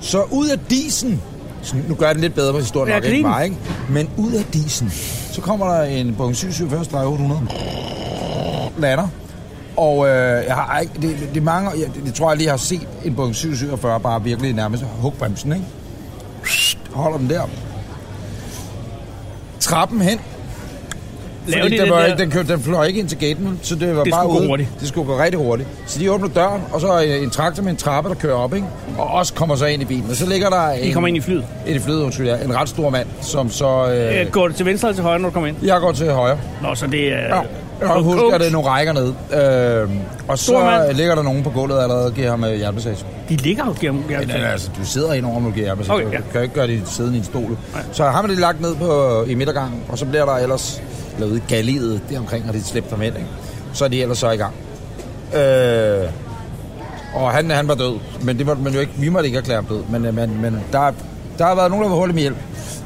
Speaker 3: Så ud af disen, så nu gør jeg den lidt bedre, hvis historien
Speaker 2: Ja,
Speaker 3: nok ikke
Speaker 2: grin.
Speaker 3: var, ikke? Men ud af disen, så kommer der en Boeing 747-800, lander, og øh, jeg har ikke, det, det, er mange, jeg, det, det, tror jeg lige har set en Boeing 747 bare virkelig nærmest hugbremsen, ikke? Holder den der. Trappen hen.
Speaker 2: Laver
Speaker 3: Fordi
Speaker 2: de
Speaker 3: den,
Speaker 2: den
Speaker 3: var
Speaker 2: der-
Speaker 3: ikke, den, kørte, den fløj ikke ind til gaten, vel? så det var
Speaker 2: Det
Speaker 3: bare
Speaker 2: skulle gå
Speaker 3: ude.
Speaker 2: hurtigt.
Speaker 3: Det skulle gå rigtig hurtigt. Så de åbner døren, og så er en traktor med en trappe, der kører op, ikke? og også kommer så ind i bilen. Og så ligger der en,
Speaker 2: I kommer ind i flyet.
Speaker 3: ind i flyet, undskyld, ja, en ret stor mand, som så... Øh,
Speaker 2: Øh, Går du til venstre eller til højre, når du kommer ind?
Speaker 3: jeg går til højre.
Speaker 2: Nå, så det er...
Speaker 3: Ja, jeg
Speaker 2: Og
Speaker 3: husker,
Speaker 2: coach.
Speaker 3: at det er nogle rækker ned. Øh, og
Speaker 2: Stor
Speaker 3: så
Speaker 2: mand.
Speaker 3: ligger der nogen på gulvet allerede og giver ham øh, hjertemassage.
Speaker 2: De ligger jo gennem... gennem-
Speaker 3: Men altså, du sidder ind over, om du giver hjertemassage.
Speaker 2: Okay,
Speaker 3: Okay, ja.
Speaker 2: ja.
Speaker 3: Du kan jo ikke gøre det siddende i en stol. Så har man det lagt ned på, i midtergangen, og så bliver der ellers lavet i galleriet deromkring, og det slæbt ham ind. Ikke? Så er de ellers så i gang. Øh, og han, han var død, men det måtte man jo ikke, vi måtte ikke erklære ham død. Men, øh, men, men der, der har været nogen, der var hul i med hjælp,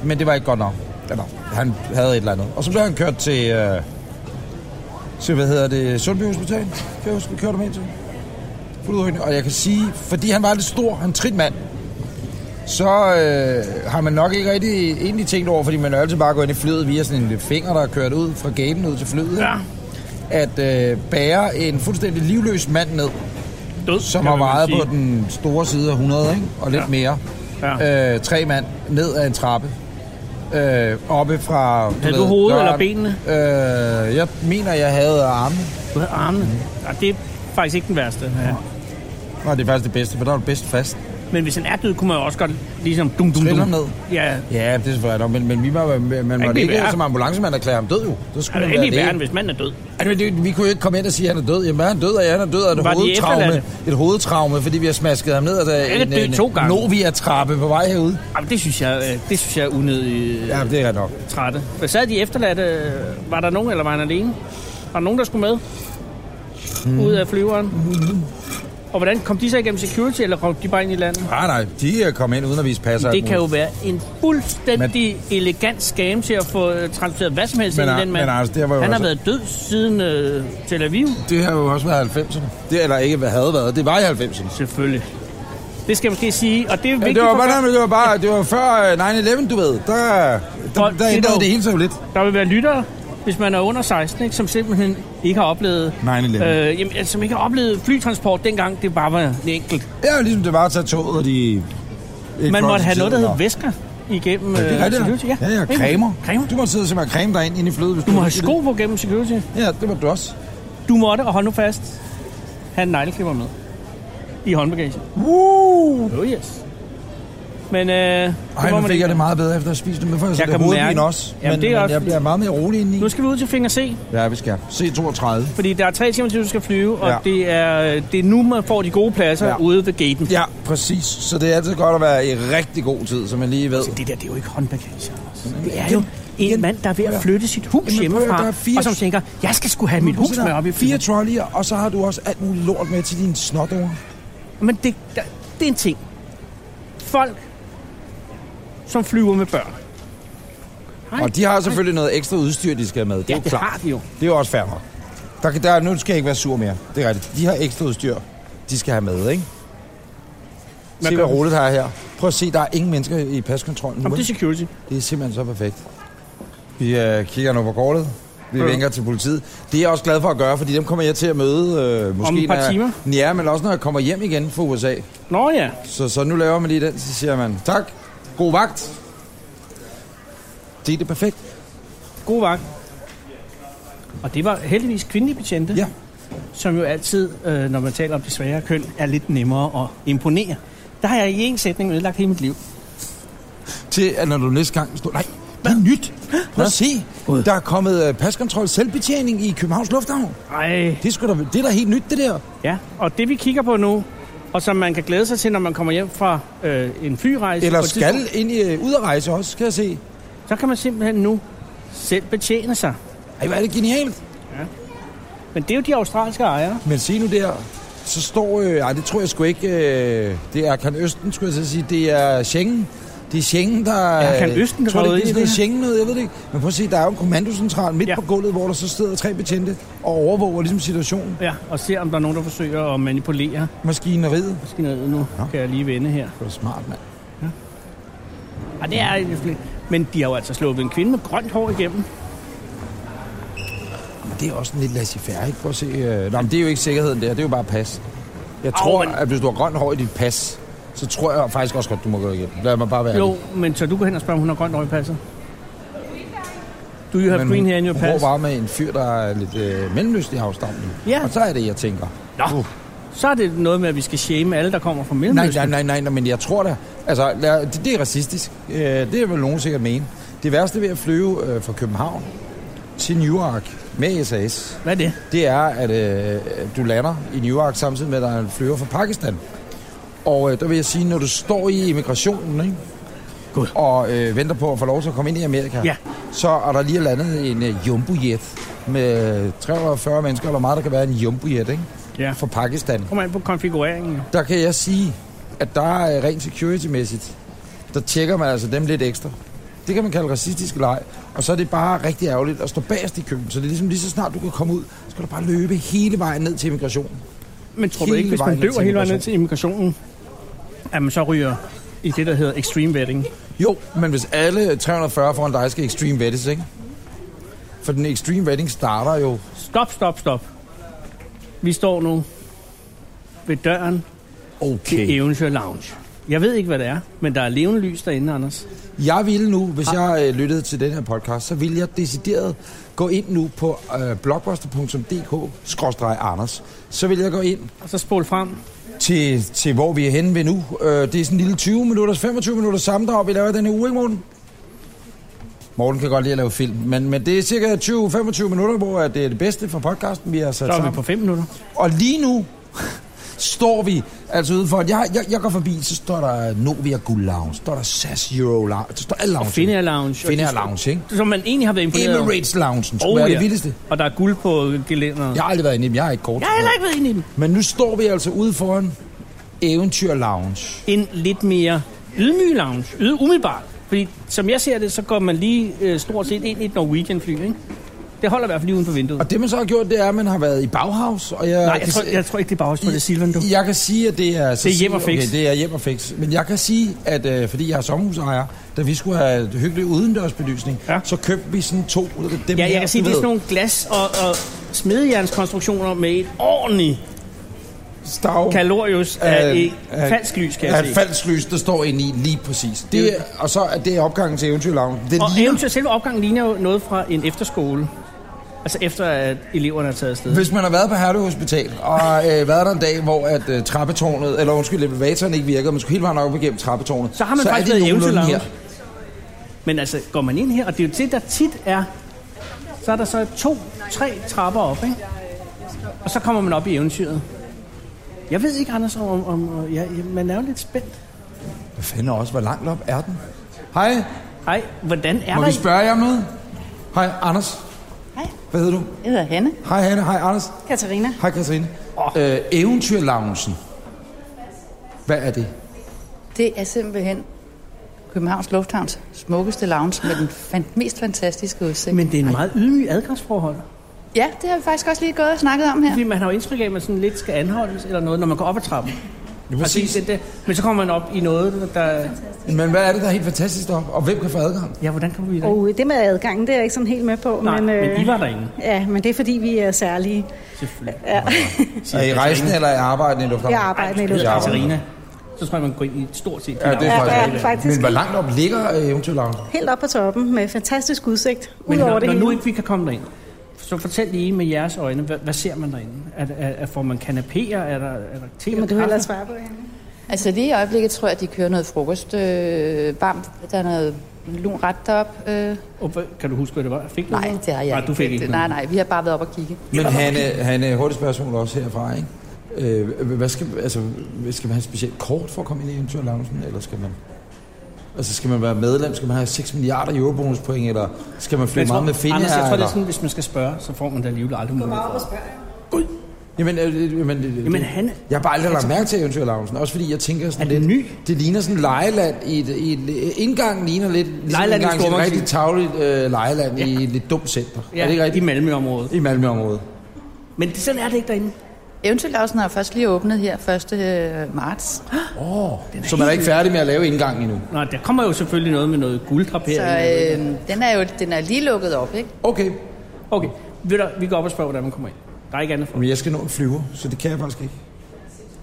Speaker 3: men det var ikke godt nok. Eller, han havde et eller andet. Og så blev han kørt til... Øh, til, hvad hedder det, Sundby Hospital. Kan jeg huske, vi kørte ham ind til. Fuldt Og jeg kan sige, fordi han var lidt stor, han trit mand, så øh, har man nok ikke rigtig egentlig tænkt over, fordi man er altid bare gået ind i flyet via sådan en finger, der er kørt ud fra gaten ud til flyet.
Speaker 2: Ja.
Speaker 3: At øh, bære en fuldstændig livløs mand ned,
Speaker 2: Død,
Speaker 3: som
Speaker 2: kan
Speaker 3: har
Speaker 2: man vel
Speaker 3: vejet
Speaker 2: sige.
Speaker 3: på den store side af 100, ikke? og lidt
Speaker 2: Ja.
Speaker 3: mere.
Speaker 2: Ja.
Speaker 3: Øh, tre mand ned ad en trappe. Øh, oppe fra...
Speaker 2: Havde du
Speaker 3: ved,
Speaker 2: hovedet eller
Speaker 3: døren.
Speaker 2: benene?
Speaker 3: Øh, jeg mener, jeg havde arme.
Speaker 2: Du havde armene.
Speaker 3: Mm.
Speaker 2: Ja, det er faktisk ikke den værste. Ja.
Speaker 3: Nej, det er faktisk det bedste, for der er det bedst fast.
Speaker 2: Men hvis han er død, kunne man jo også godt ligesom... Dum, dum,
Speaker 3: Trille
Speaker 2: dum.
Speaker 3: ham ned.
Speaker 2: Ja,
Speaker 3: Ja, det er selvfølgelig nok, men, men vi var, man, man måtte
Speaker 2: blive
Speaker 3: ikke
Speaker 2: værre.
Speaker 3: som ambulancemand erklære ham død jo. Så
Speaker 2: er
Speaker 3: skulle
Speaker 2: det
Speaker 3: man være
Speaker 2: Altså, endelig værre, end
Speaker 3: læge.
Speaker 2: hvis manden er død?
Speaker 3: Ej, men det, vi kunne jo ikke komme ind og sige, at han er død. Jamen, er han død, og ja, han er død af et
Speaker 2: Var de
Speaker 3: hovedtraume.
Speaker 2: efterladte?
Speaker 3: Et hovedtraume, fordi vi har smasket ham ned og der
Speaker 2: Han er død to gange.
Speaker 3: Novia-trappe på vej herude.
Speaker 2: Jamen, det synes jeg, øh, det synes jeg er unødigt ja.
Speaker 3: Ja, det er nok.
Speaker 2: trætte. Hvad sad de efterladte? øh, Var der nogen, eller var han alene? Var der nogen, der skulle med?
Speaker 3: Mm.
Speaker 2: Hmm. Ud af flyveren? Hmm. Og hvordan kom de så igennem security, eller kom de bare ind i landet?
Speaker 3: Nej, nej, de er kommet ind uden at vise passer.
Speaker 2: Det kan jo være en fuldstændig men, elegant scam til at få øh, transporteret hvad som helst
Speaker 3: Men
Speaker 2: ind i
Speaker 3: Ar-
Speaker 2: den mand.
Speaker 3: men Anders, det var jo
Speaker 2: Han
Speaker 3: altså-
Speaker 2: har
Speaker 3: også-
Speaker 2: været død siden øh, Tel Aviv,
Speaker 3: Det har jo også været 90'erne. Det eller ikke hvad havde været. Det var i 90'erne.
Speaker 2: selvfølgelig. Det skal jeg måske sige, og det er
Speaker 3: Ja,
Speaker 2: vigtigt
Speaker 3: det, var
Speaker 2: for
Speaker 3: bare, det var bare det var før øh, 9-11, du ved. Der, der,
Speaker 2: Prøv,
Speaker 3: der
Speaker 2: det er
Speaker 3: ændrede
Speaker 2: dog-
Speaker 3: det hele sig jo lidt.
Speaker 2: Der vil være lyttere, hvis man er under 16, ikke, som simpelthen ikke har oplevet...
Speaker 3: 9/11.
Speaker 2: Øh, jamen, altså, som ikke har oplevet flytransport dengang, det bare var en enkelt.
Speaker 3: Det er jo ligesom det var at tage toget, og de...
Speaker 2: Man måtte have noget, der hed væsker igennem
Speaker 3: Ja, det er
Speaker 2: øh,
Speaker 3: rigtigt.
Speaker 2: security.
Speaker 3: nok. Ja, ja, cremer.
Speaker 2: Cremer.
Speaker 3: Du må sidde og simpelthen creme dig ind, ind i fløde. Hvis
Speaker 2: Du må have
Speaker 3: vil
Speaker 2: sko på gennem security.
Speaker 3: det. Ja, det må du også.
Speaker 2: Du måtte, og hold nu fast, have en negleklipper med i håndbagagen.
Speaker 3: Woo!
Speaker 2: Oh yes. Men øh, det
Speaker 3: Ej,
Speaker 2: må
Speaker 3: nu
Speaker 2: man
Speaker 3: fik
Speaker 2: ikke.
Speaker 3: jeg det meget bedre efter at spise det. Men først
Speaker 2: Jeg
Speaker 3: jeg
Speaker 2: kan
Speaker 3: det hovedpine
Speaker 2: mærke-
Speaker 3: også.
Speaker 2: Jamen,
Speaker 3: men,
Speaker 2: det er
Speaker 3: men
Speaker 2: også
Speaker 3: jeg
Speaker 2: fordi-
Speaker 3: bliver meget mere rolig indeni.
Speaker 2: Nu skal vi ud til Finger C,
Speaker 3: Ja, vi skal. C32.
Speaker 2: fordi der er tre timer til, du skal flyve, og
Speaker 3: Ja.
Speaker 2: det, er, øh, det er nu, man får de gode pladser
Speaker 3: Ja.
Speaker 2: ja. ude ved gaten.
Speaker 3: Ja, præcis. Så det er altid godt at være i rigtig god tid, så man lige ved.
Speaker 2: Det der, det er jo ikke håndbagage. Anders. Det er
Speaker 3: igen,
Speaker 2: jo en
Speaker 3: igen.
Speaker 2: mand, der er ved
Speaker 3: Ja.
Speaker 2: at flytte sit hus
Speaker 3: Jamen, prøv at høre,
Speaker 2: hjemmefra,
Speaker 3: der er fire-
Speaker 2: og som tænker, jeg skal skulle have mit hus med op i
Speaker 3: Fire
Speaker 2: fire.
Speaker 3: trolleyer, og så har du også alt muligt lort med til dine snotunger.
Speaker 2: Men det, der, det er en ting. Folk, som flyver med børn. Hej.
Speaker 3: Og de har selvfølgelig noget ekstra udstyr, de skal have med. Det er
Speaker 2: ja,
Speaker 3: jo
Speaker 2: det
Speaker 3: klart.
Speaker 2: har de jo.
Speaker 3: Det er jo også fair nok. Der, kan- der, nu skal jeg ikke være sur mere. Det er rigtigt. De har ekstra udstyr, de skal have med, ikke?
Speaker 2: Hvad
Speaker 3: se,
Speaker 2: gør
Speaker 3: hvad
Speaker 2: den?
Speaker 3: roligt der er her. Prøv at se, der er ingen mennesker i paskontrollen nu.
Speaker 2: Om det er
Speaker 3: ikke?
Speaker 2: security.
Speaker 3: Det er simpelthen så perfekt. Vi øh, kigger nu på kortet. Vi
Speaker 2: Ja.
Speaker 3: vinker til politiet. Det er jeg også glad for at gøre, fordi dem kommer jeg til at møde øh, måske
Speaker 2: Om et par
Speaker 3: når jeg-
Speaker 2: timer?
Speaker 3: Ja, men også når jeg kommer hjem igen fra USA.
Speaker 2: Nå ja,
Speaker 3: Så, så nu laver man lige den, så siger man tak, god vagt. Det er det perfekt.
Speaker 2: god vagt. Og det var heldigvis kvindelige betjente,
Speaker 3: Ja.
Speaker 2: som jo altid, øh, når man taler om det svære køn, er lidt nemmere at imponere. Der har jeg i en sætning ødelagt hele mit liv.
Speaker 3: Til at når du næste gang står, nej, hvad er nyt? Prøv at se, der er kommet øh, paskontrol selvbetjening i Københavns Lufthavn.
Speaker 2: Ej.
Speaker 3: Det er, sgu da, det er da helt nyt, det der.
Speaker 2: Ja, og det vi kigger på nu, og som man kan glæde sig til, når man kommer hjem fra øh, en flyrejse.
Speaker 3: Eller
Speaker 2: på et
Speaker 3: skal
Speaker 2: tidspunkt,
Speaker 3: ind i, øh, ud at rejse også, skal jeg se.
Speaker 2: Så kan man simpelthen nu selv betjene sig.
Speaker 3: Ej, hvor er det genialt.
Speaker 2: Men det er jo de australske ejere.
Speaker 3: Men se nu der, så står... Øh, ej, det tror jeg sgu ikke. Øh, det er Kan Østen, skulle jeg til at sige. Det er Schengen. Det er Schengen, der... øh,
Speaker 2: Ja, Kan Østen, der
Speaker 3: tror,
Speaker 2: røg
Speaker 3: det, det
Speaker 2: ind i
Speaker 3: er sådan
Speaker 2: det her?
Speaker 3: Schengen noget, jeg ved det ikke. Men prøv at se, der er jo en kommandocentral midt ja.
Speaker 2: Ja.
Speaker 3: på gulvet, hvor der så sidder tre betjente og overvåger ligesom situationen.
Speaker 2: Ja, og ser om der er nogen, der forsøger at manipulere.
Speaker 3: Maskineriet.
Speaker 2: Måske noget, nu
Speaker 3: Nå.
Speaker 2: kan jeg lige vende her.
Speaker 3: Det er smart, mand.
Speaker 2: Og det er jo slet- Men de har jo altså slået en kvinde med grønt hår igennem.
Speaker 3: Men det er også en lidt laissez-faire, ikke? Prøv at se. Øh, nej, men det er jo ikke sikkerheden der. Det er jo bare pas. Jeg
Speaker 2: Au,
Speaker 3: tror,
Speaker 2: men-
Speaker 3: at hvis du har grønt hår i dit pas, så tror jeg faktisk også godt, du må gå igen. Lad mig bare være
Speaker 2: Jo,
Speaker 3: ærlig.
Speaker 2: men så du går hen og spørger, om hun har grønt hår i passet? Do you have
Speaker 3: Men
Speaker 2: green hair in your
Speaker 3: hun bor
Speaker 2: pass?
Speaker 3: bare med en fyr, der er lidt øh, mellemlystig afstamning.
Speaker 2: Ja.
Speaker 3: Og så er det, jeg tænker.
Speaker 2: Nå, så er det noget med, at vi skal shame alle, der kommer fra
Speaker 3: Nej,
Speaker 2: Mellemøsten.
Speaker 3: Uh. nej, nej, nej, nej, men jeg tror da... Altså, lad, det, det er racistisk. Øh, det vil nogen sikkert mene. Det værste ved at flyve øh, fra København til Newark med SAS,
Speaker 2: Hvad er det?
Speaker 3: det er, at øh, du lander i Newark samtidig med, at der er en flyver fra Pakistan. Og øh, der vil jeg sige, når du står i immigrationen, ikke?
Speaker 2: God.
Speaker 3: og øh, venter på at få lov til at komme ind i Amerika,
Speaker 2: Ja.
Speaker 3: så er der lige landet en øh, jumbojet med 340 mennesker, eller hvor meget der kan være i en jumbojet, ikke?
Speaker 2: Ja.
Speaker 3: fra Pakistan.
Speaker 2: Kom an på konfigureringen.
Speaker 3: Der kan jeg sige, at der er rent security-mæssigt, der tjekker man altså dem lidt ekstra. Det kan man kalde racistisk leg. Og så er det bare rigtig ærgerligt at stå bagerst i køen. Så det er ligesom lige så snart du kan komme ud, skal du bare løbe hele vejen ned til immigrationen.
Speaker 2: Men tror du
Speaker 3: Hele
Speaker 2: ikke, hvis
Speaker 3: vejen
Speaker 2: man
Speaker 3: ned til
Speaker 2: døver hele vejen ned
Speaker 3: immigration.
Speaker 2: til immigrationen, at man så ryger i det, der hedder extreme vetting?
Speaker 3: Jo, men hvis alle 340 foran dig skal extreme weddings, ikke? For den extreme wedding starter jo...
Speaker 2: Stop, stop, stop. Vi står nu ved døren til
Speaker 3: Okay.
Speaker 2: Eventyr Lounge. Jeg ved ikke, hvad det er, men der er levende lys derinde, Anders.
Speaker 3: Jeg ville nu, hvis
Speaker 2: Ah.
Speaker 3: jeg øh, lyttede til den her podcast, så ville jeg decideret gå ind nu på øh, blogbuster.dk-anders. Så vil jeg gå ind
Speaker 2: Og så spol frem.
Speaker 3: til, til hvor vi er henne ved nu. Øh, det er sådan en lille 20 minutters, 25 minutters sammendrag, vi laver den her uge, ikke Morten? Morten kan godt lide at lave film, men, men det er cirka 20-25 minutter, hvor at det er det bedste fra podcasten, vi har sat
Speaker 2: Så er
Speaker 3: sammen.
Speaker 2: vi på 5 minutter.
Speaker 3: Og lige nu står vi altså udenfor. Jeg, jeg, jeg går forbi, så står der Novia Guld Lounge, står der SAS Euro Lounge, så står alle lounge.
Speaker 2: Og Finnair Lounge.
Speaker 3: Finnair Lounge, ikke?
Speaker 2: Som man egentlig har været imponeret over.
Speaker 3: Emirates Lounge, skulle
Speaker 2: Oh,
Speaker 3: være det vildeste.
Speaker 2: Og der er guld på gelænderet.
Speaker 3: Jeg har aldrig været inde i dem, jeg er ikke kort.
Speaker 2: Jeg har heller ikke været inde i dem.
Speaker 3: Men nu står vi altså ude foran Eventyr Lounge.
Speaker 2: En lidt mere ydmyg lounge. Yde umiddelbart. Fordi som jeg ser det, så går man lige øh, stort set ind i et Norwegian-fly, ikke? Det holder i hvert fald lige uden for vinduet.
Speaker 3: Og det man så har gjort, det er, at man har været i Bauhaus. Og jeg,
Speaker 2: Nej, jeg
Speaker 3: kan
Speaker 2: tror,
Speaker 3: se-
Speaker 2: jeg tror ikke, det er bare det er Silvan, du.
Speaker 3: Jeg kan sige, at det er... Så
Speaker 2: Det er hjem og fix.
Speaker 3: Okay, det er hjem og fix. Men jeg kan sige, at øh, fordi jeg er sommerhusejer, da vi skulle have et hyggeligt udendørsbelysning,
Speaker 2: Ja.
Speaker 3: ja. så købte vi sådan to... Dem
Speaker 2: Ja,
Speaker 3: her,
Speaker 2: jeg kan sige,
Speaker 3: du
Speaker 2: det er
Speaker 3: ved.
Speaker 2: sådan nogle glas- og, og smedejernskonstruktioner med et ordentligt
Speaker 3: stav
Speaker 2: kalorius af, af, af falsk lys, kan jeg
Speaker 3: af
Speaker 2: se.
Speaker 3: falsk lys, der står inde i lige præcis. Det er, og så er det opgangen til Eventyr Lounge. Det
Speaker 2: Og
Speaker 3: ligner,
Speaker 2: eventuelt selve opgangen ligner jo noget fra en efterskole. Altså efter, at eleverne er taget afsted.
Speaker 3: hvis man har været på Herlev Hospital, og øh, været der en dag, hvor at, øh, trappetårnet, eller undskyld, elevatoren ikke virkede, og man skulle hele vejen op igennem trappetårnet,
Speaker 2: Så har man
Speaker 3: er
Speaker 2: faktisk
Speaker 3: det
Speaker 2: været i Eventyr
Speaker 3: nogenlunde
Speaker 2: Lounge.
Speaker 3: her.
Speaker 2: Men altså, går man ind her, og det er jo det, der tit er, så er der så to, tre trapper op, ikke? Og så kommer man op i eventyret. Jeg ved ikke, Anders, om... om, om ja, ja, man er jo lidt spændt.
Speaker 3: Hvad fanden også, hvor langt op er den? Hej,
Speaker 2: Ej, hvordan er
Speaker 3: må
Speaker 2: der...
Speaker 3: vi spørge jer om noget? Hej, Anders.
Speaker 5: Hej.
Speaker 3: Hvad hedder du?
Speaker 5: Jeg hedder Hanne.
Speaker 3: Hej, Hanne. Hej, Anders.
Speaker 5: Katarina.
Speaker 3: Hej, Katrine. Oh. Øh, Eventyr Loungen. Hvad er det?
Speaker 8: Det er simpelthen Københavns Lufthavns smukkeste lounge med den fan- mest fantastiske udsigt.
Speaker 2: Men det er en meget ydmyg adgangsforhold.
Speaker 8: Ja, det har vi faktisk også lige gået og snakket om her.
Speaker 2: Fordi man har jo indtryk af, at man sådan lidt skal anholdes eller noget, når man går op ad trappen.
Speaker 3: Ja,
Speaker 2: Præcis. Det, det. Men så kommer man op i noget, der...
Speaker 3: Men hvad er det, der er helt fantastisk deroppe? Og hvem kan få adgang?
Speaker 2: Ja, hvordan kommer vi i
Speaker 9: Og det med adgangen, det er jeg ikke sådan helt med på.
Speaker 2: Nej,
Speaker 9: Oh, men, øh,
Speaker 2: men I var derinde.
Speaker 9: Ja, men det er fordi, vi er særlige.
Speaker 2: Selvfølgelig.
Speaker 9: Ja,
Speaker 3: Er I rejsen eller er I arbejdende i
Speaker 9: jeg
Speaker 3: lufthavnen?
Speaker 9: arbejder med
Speaker 2: Det
Speaker 9: luft.
Speaker 2: er
Speaker 3: Ja.
Speaker 2: Katarina. Så tror jeg, man går ind i stort set...
Speaker 3: Ja, det er
Speaker 9: Ja,
Speaker 3: faktisk,
Speaker 9: ja, faktisk.
Speaker 3: Men hvor langt op ligger øh, eventyrlounge?
Speaker 9: Helt op på toppen med fantastisk udsigt.
Speaker 2: Men
Speaker 9: Udover
Speaker 2: når,
Speaker 9: det
Speaker 2: når nu
Speaker 9: hele.
Speaker 2: ikke vi kan komme derind, så fortæl lige med jeres øjne, hvad, hvad ser man derinde? Er, er, er, får man kanapéer? Er der, er der te?
Speaker 9: Men
Speaker 2: og
Speaker 9: du hellere
Speaker 2: kaffe?
Speaker 9: svare på, Hanne.
Speaker 8: Altså lige i øjeblikket tror jeg, at de kører noget frokost. Øh, varmt. Der er noget lun ret derop. Øh,
Speaker 2: Og hvad- Kan du huske, hvad det var? Fik du
Speaker 8: nej,
Speaker 2: noget?
Speaker 8: det har jeg
Speaker 2: nej, du fik ikke
Speaker 8: Nej,
Speaker 2: noget.
Speaker 8: nej, vi har bare været op og kigge.
Speaker 3: Men han, øh, han er hurtigt spørgsmål også herfra, ikke? Øh, hvad skal, altså, skal man have et specielt kort for at komme ind i eventyrloungen, eller skal man... Altså, skal man være medlem? Skal man have 6 milliarder eurobonuspoint, eller skal man
Speaker 2: Men
Speaker 3: flyve
Speaker 2: jeg tror,
Speaker 3: meget med Finnair?
Speaker 2: Anders, jeg tror, det er
Speaker 3: eller?
Speaker 2: sådan, hvis man skal spørge, så får man da alligevel aldrig mulighed for.
Speaker 3: Jamen, øh, øh, men, øh,
Speaker 2: Jamen,
Speaker 3: det-
Speaker 2: han-
Speaker 3: Jeg har bare aldrig lagt mærke til eventyrloungen, også fordi jeg tænker sådan
Speaker 2: Er den
Speaker 3: lidt...
Speaker 2: ny?
Speaker 3: Det ligner sådan lejeland i et... I et indgangen ligner lidt... Ligesom
Speaker 2: Lejeland i
Speaker 3: indgangen til et
Speaker 2: Storvognsvig.
Speaker 3: rigtig tavligt øh, lejeland ja. i et lidt dumt center. Ja. Er det ikke
Speaker 2: Ja, i
Speaker 3: rigtigt?
Speaker 2: Malmø-området.
Speaker 3: I Malmø-området.
Speaker 2: Men det, sådan er det ikke derinde.
Speaker 8: Eventuelt også, når først lige åbnet her 1. øh, marts.
Speaker 3: Så man er ikke færdig med at lave indgangen endnu.
Speaker 2: Nå, der kommer jo selvfølgelig noget med noget gulddrapering.
Speaker 8: Så øh, den er jo den er lige lukket op, ikke?
Speaker 3: Okay,
Speaker 8: øh-
Speaker 2: Okay, ved du, vi går op og spørger, hvordan man kommer ind. Der er ikke andet for.
Speaker 3: men jeg skal nå en flyver, så det kan jeg faktisk ikke.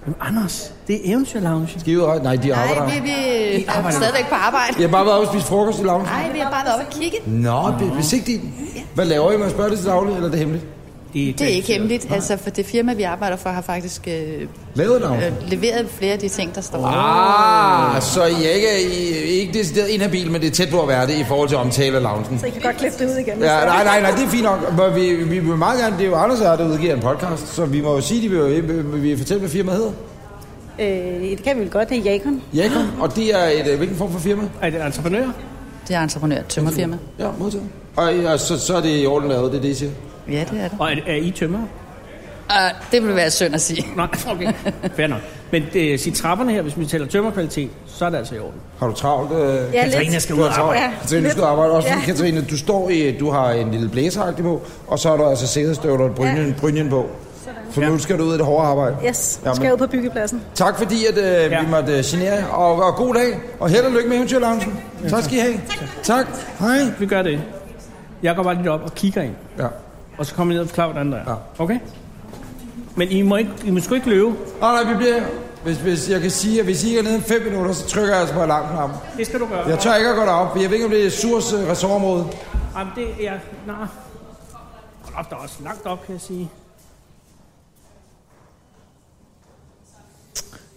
Speaker 2: Jamen, Anders, det er eventyr lounge.
Speaker 3: Skal I ud og... Nej, de arbejder.
Speaker 8: Nej, vi,
Speaker 3: Nej,
Speaker 8: vi
Speaker 2: I
Speaker 8: er
Speaker 2: arbejder.
Speaker 8: stadigvæk på arbejde.
Speaker 3: Jeg har bare været oppe og spise frokost i loungen.
Speaker 8: Nej, vi har bare været op og kigge.
Speaker 3: Nå, be- besigtig den. Hvad laver I? Må jeg spørge det til daglig, eller er det hemmeligt?
Speaker 8: Det er ikke hemmeligt. Altså, for det firma, vi arbejder for, har faktisk øh,
Speaker 3: Lavet loungen?
Speaker 8: øh, leveret flere af de ting, der står.
Speaker 3: Ah, så I er ikke, I, I er ikke decideret inhabil, men det er tæt på at være det i forhold til omtale af loungen.
Speaker 9: Så I kan godt klippe det ud igen. hvis
Speaker 3: Ja,
Speaker 9: det er.
Speaker 3: nej, nej, nej, det er fint nok. Men vi, vi vil meget gerne, det er jo Anders og jeg, der udgiver en podcast, så vi må jo sige, de vil, vi vil fortælle, hvad firmaet hedder.
Speaker 9: Øh, det kan vi vel godt, det er Jakon.
Speaker 3: Jakob, og det er et, øh, hvilken form for firma?
Speaker 2: Er det entreprenør?
Speaker 8: Det er entreprenør, tømmerfirma.
Speaker 3: Ja, modtaget. Og, og så, så er det i orden lavet, det er det, I siger.
Speaker 8: Ja, det er det.
Speaker 2: Og er, er I tømmer?
Speaker 8: Uh, det vil være synd at sige.
Speaker 2: Nej, okay. Fair nok. Men øh, sige trapperne her, hvis vi taler tømmerkvalitet, så er det altså i orden.
Speaker 3: Har du travlt? Øh?
Speaker 9: Ja,
Speaker 2: Katrine
Speaker 9: lidt.
Speaker 2: skal ud og arbejde.
Speaker 9: Ja,
Speaker 3: Katrine, du
Speaker 9: lidt.
Speaker 3: skal arbejde også, fordi
Speaker 9: Ja.
Speaker 3: Katrine, du, står i, du har en lille blæseragtig på, og så har du altså sædestøvler og brynjen, ja. brynjen på. For nu skal du ud i det hårde arbejde.
Speaker 9: Yes,
Speaker 3: Jamen.
Speaker 9: skal jeg ud på byggepladsen.
Speaker 3: Tak fordi, at øh,
Speaker 2: Ja.
Speaker 3: vi måtte øh, genere jer, og, og god dag, og held og lykke med eventyrloungen. Tak skal I have. Tak. Hej.
Speaker 2: Vi gør det. Jeg går bare lidt op og kigger ind,
Speaker 3: Ja.
Speaker 2: og så kommer jeg ned og forklarer, hvordan der er.
Speaker 3: Ja.
Speaker 2: Okay? Men I må, ikke, I må sgu ikke løbe.
Speaker 3: Nej, nej, vi bliver her. hvis, hvis jeg kan sige, at hvis I ikke er nede om 5 minutter, så trykker jeg altså på alarmknappen.
Speaker 2: Det skal du gøre.
Speaker 3: Jeg tør ikke at gå derop, for jeg ved ikke, om det er Surs øh, ressortområde.
Speaker 2: Jamen, det er... Nej. Hold op, der er også langt op, kan jeg sige.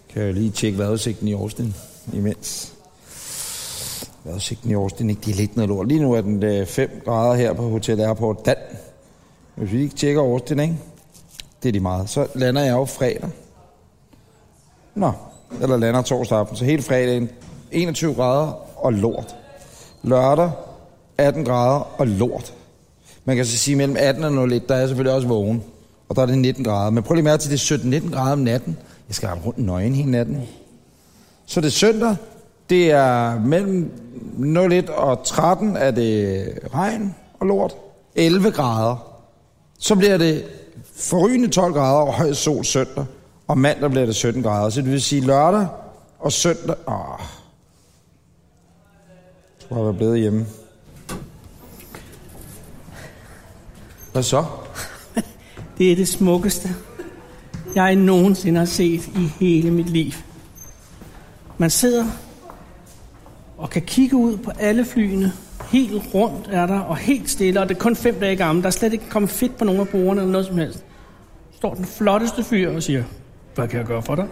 Speaker 3: Kan jeg lige tjekke vejrudsigten i Austin imens. Vejrudsigten i Austin, ikke? Det er lidt noget lort. Lige nu er den 5 grader her på Hotel Airport Dan. Hvis vi ikke tjekker Austin, ikke? Det er de meget. Så lander jeg jo fredag. Nå, eller lander torsdag aften. Så hele fredagen 21 grader og lort. Lørdag 18 grader og lort. Man kan så sige, mellem 18 og 01, der er jeg selvfølgelig også vågen. Og der er det 19 grader. Men prøv lige mærke til, det er 17-19 grader om natten. Jeg skal rende rundt nøgen hele natten. Så det er søndag. Det er mellem 01 og 13 er det regn og lort. 11 grader. Så bliver det forrygende 12 grader og høj sol søndag. Og mandag bliver det 17 grader. Så det vil sige lørdag og søndag... Åh. Jeg skulle have været blevet hjemme. Hvad så?
Speaker 2: Det er det smukkeste, jeg nogensinde har set i hele mit liv. Man sidder og kan kigge ud på alle flyene. Helt rundt er der, og helt stille, og det er kun fem dage gammel. Der er slet ikke kommet fedt på nogen af brugerne eller noget som helst. Står den flotteste fyr og siger, hvad kan jeg gøre for dig?